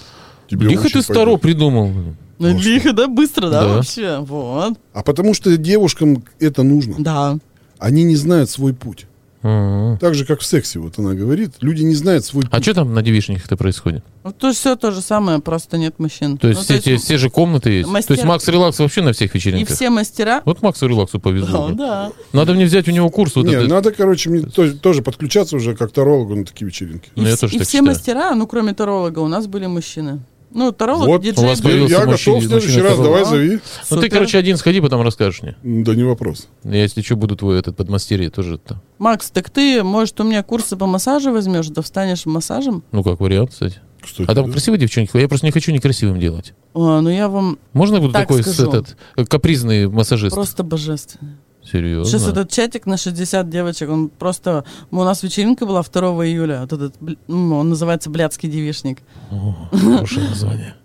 Speaker 3: Тебе
Speaker 2: Лихо
Speaker 3: очень
Speaker 2: ты старо
Speaker 3: пойдет.
Speaker 2: придумал. блин.
Speaker 4: Ну,
Speaker 3: Может.
Speaker 4: лихо, да, быстро, да,
Speaker 2: Да.
Speaker 4: вообще. Вот,
Speaker 3: А потому что девушкам это нужно.
Speaker 4: да.
Speaker 3: Они не знают свой путь.
Speaker 2: Мгм.
Speaker 3: Так же, как в сексе, вот она говорит, люди не знают свой путь.
Speaker 2: А что там на девичниках-то происходит?
Speaker 4: Ну, то все то же самое, просто нет мужчин.
Speaker 2: То есть,
Speaker 4: Ну,
Speaker 2: все, те- все же комнаты есть? То
Speaker 4: мастер-
Speaker 2: есть Макс Релакс вообще на всех
Speaker 4: И
Speaker 2: вечеринках?
Speaker 4: все мастера...
Speaker 2: Вот Максу Релаксу повезло.
Speaker 4: Да,
Speaker 2: блин.
Speaker 4: да.
Speaker 2: Надо мне взять у него курс вот
Speaker 3: не, ну,
Speaker 2: этот. Ну,
Speaker 3: надо, короче, мне то- тоже подключаться уже как тарологу на такие вечеринки.
Speaker 4: И
Speaker 2: Ну, я
Speaker 4: вс-
Speaker 2: тоже
Speaker 4: и
Speaker 2: так
Speaker 4: все
Speaker 2: считаю.
Speaker 4: мастера, ну, кроме таролога, у нас были мужчины. Ну, таролог,
Speaker 3: Вот,
Speaker 4: диджей...
Speaker 2: у вас
Speaker 4: был.
Speaker 2: появился
Speaker 3: я
Speaker 2: мужчина-
Speaker 3: готов в следующий
Speaker 2: мужчина
Speaker 3: раз,
Speaker 2: таролог.
Speaker 3: давай зови.
Speaker 2: Ну ты,
Speaker 4: Супер.
Speaker 2: короче, один сходи, потом расскажешь мне.
Speaker 3: М, «А?» Да не вопрос.
Speaker 2: Я, если что, буду твой этот подмастерье тоже. там.
Speaker 4: Макс, так ты, может, у меня курсы по массажу возьмешь, да встанешь массажем?
Speaker 2: Ну, как вариант, кстати.
Speaker 3: Кстати,
Speaker 2: А там
Speaker 3: да.
Speaker 2: красивые девчонки? Я просто не хочу некрасивым делать.
Speaker 4: О, ну я вам
Speaker 2: Можно я буду
Speaker 4: Так
Speaker 2: такой с-
Speaker 4: скажу.
Speaker 2: этот, э, капризный массажист?
Speaker 4: просто божественно.
Speaker 2: Серьезно?
Speaker 4: Сейчас этот чатик на 60 девочек, он просто... У нас вечеринка была 2 июля, вот этот, бл- м, он называется «Блядский девишник».
Speaker 2: О, хорошее название.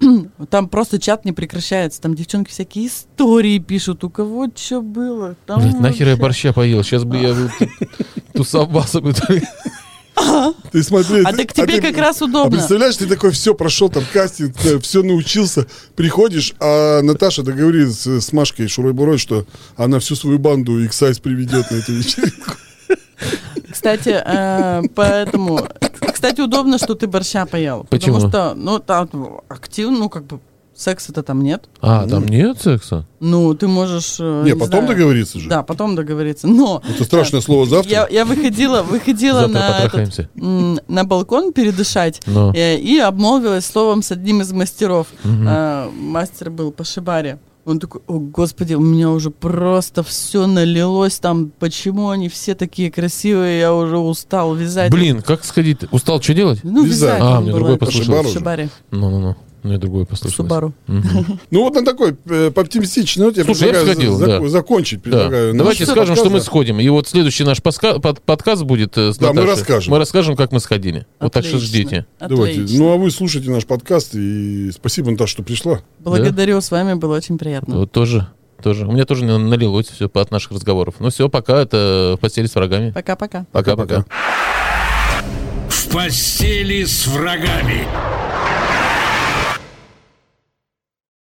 Speaker 4: Там просто чат не прекращается, там девчонки всякие истории пишут, у кого что было. Там
Speaker 2: Блядь, нахер я
Speaker 4: вообще-
Speaker 2: борща поел? Сейчас бы я бы тут тусовался бы.
Speaker 3: Ты смотри,
Speaker 4: А так тебе как раз
Speaker 3: А
Speaker 4: удобно.
Speaker 3: представляешь, ты такой все прошел, там кастинг, все научился, приходишь, а Наташа договорилась с Машкой Шурой-Бурой, что она всю свою банду X-Size приведет на эту вечеринку.
Speaker 4: Кстати, э, поэтому... Кстати, удобно, что ты борща поел.
Speaker 2: Почему?
Speaker 4: Потому что, ну, там активно, ну, как бы Секса-то там нет.
Speaker 2: А, там нет секса?
Speaker 4: Ну, ты можешь... э,
Speaker 3: Не, потом
Speaker 4: знаю,
Speaker 3: договориться же.
Speaker 4: Да, потом договориться. Но
Speaker 3: Это страшное слово завтра.
Speaker 4: я, я выходила, выходила
Speaker 2: Завтра
Speaker 4: на, этот,
Speaker 2: потрахаемся.
Speaker 4: м, на балкон передышать
Speaker 2: Но.
Speaker 4: э, и обмолвилась словом с одним из мастеров. Э, Мастер был по шибаре. Он такой, о господи, у меня уже просто все налилось там, почему они все такие красивые, я уже устал вязать.
Speaker 2: Блин, как сходить? Устал, что делать?
Speaker 4: Ну,
Speaker 3: Вязать.
Speaker 4: вязать.
Speaker 2: А,
Speaker 4: он
Speaker 2: мне
Speaker 4: был,
Speaker 2: другое
Speaker 4: это,
Speaker 3: послышалось.
Speaker 4: в Шибаре,
Speaker 2: Ну-ну-ну. Мне другое
Speaker 4: в
Speaker 2: послушалось.
Speaker 4: Субару.
Speaker 3: Ну вот на такой э, оптимистичной ноте я
Speaker 2: Слушай, я
Speaker 3: предлагаю
Speaker 2: б сходил,
Speaker 3: за-
Speaker 2: да.
Speaker 3: зак- закончить.
Speaker 2: Да.
Speaker 3: предлагаю Ну, наш
Speaker 2: Давайте скажем, что мы
Speaker 3: подкаст.
Speaker 2: сходим. И вот следующий наш подска- под- подкаст будет э, с
Speaker 3: Да, мы
Speaker 2: Наташей.
Speaker 3: расскажем.
Speaker 2: Мы расскажем, как мы сходили. Вот так что
Speaker 4: Отлично,
Speaker 2: ждите.
Speaker 3: Давайте.
Speaker 4: отлично.
Speaker 3: Ну а вы слушайте наш подкаст и спасибо, Наташа, что пришла.
Speaker 4: Благодарю, с вами было очень приятно.
Speaker 2: Вот тоже, тоже. У меня тоже на- налилось все от наших разговоров. Ну все, пока. Это постели с врагами.
Speaker 4: Пока-пока.
Speaker 2: Пока-пока.
Speaker 1: В постели с врагами.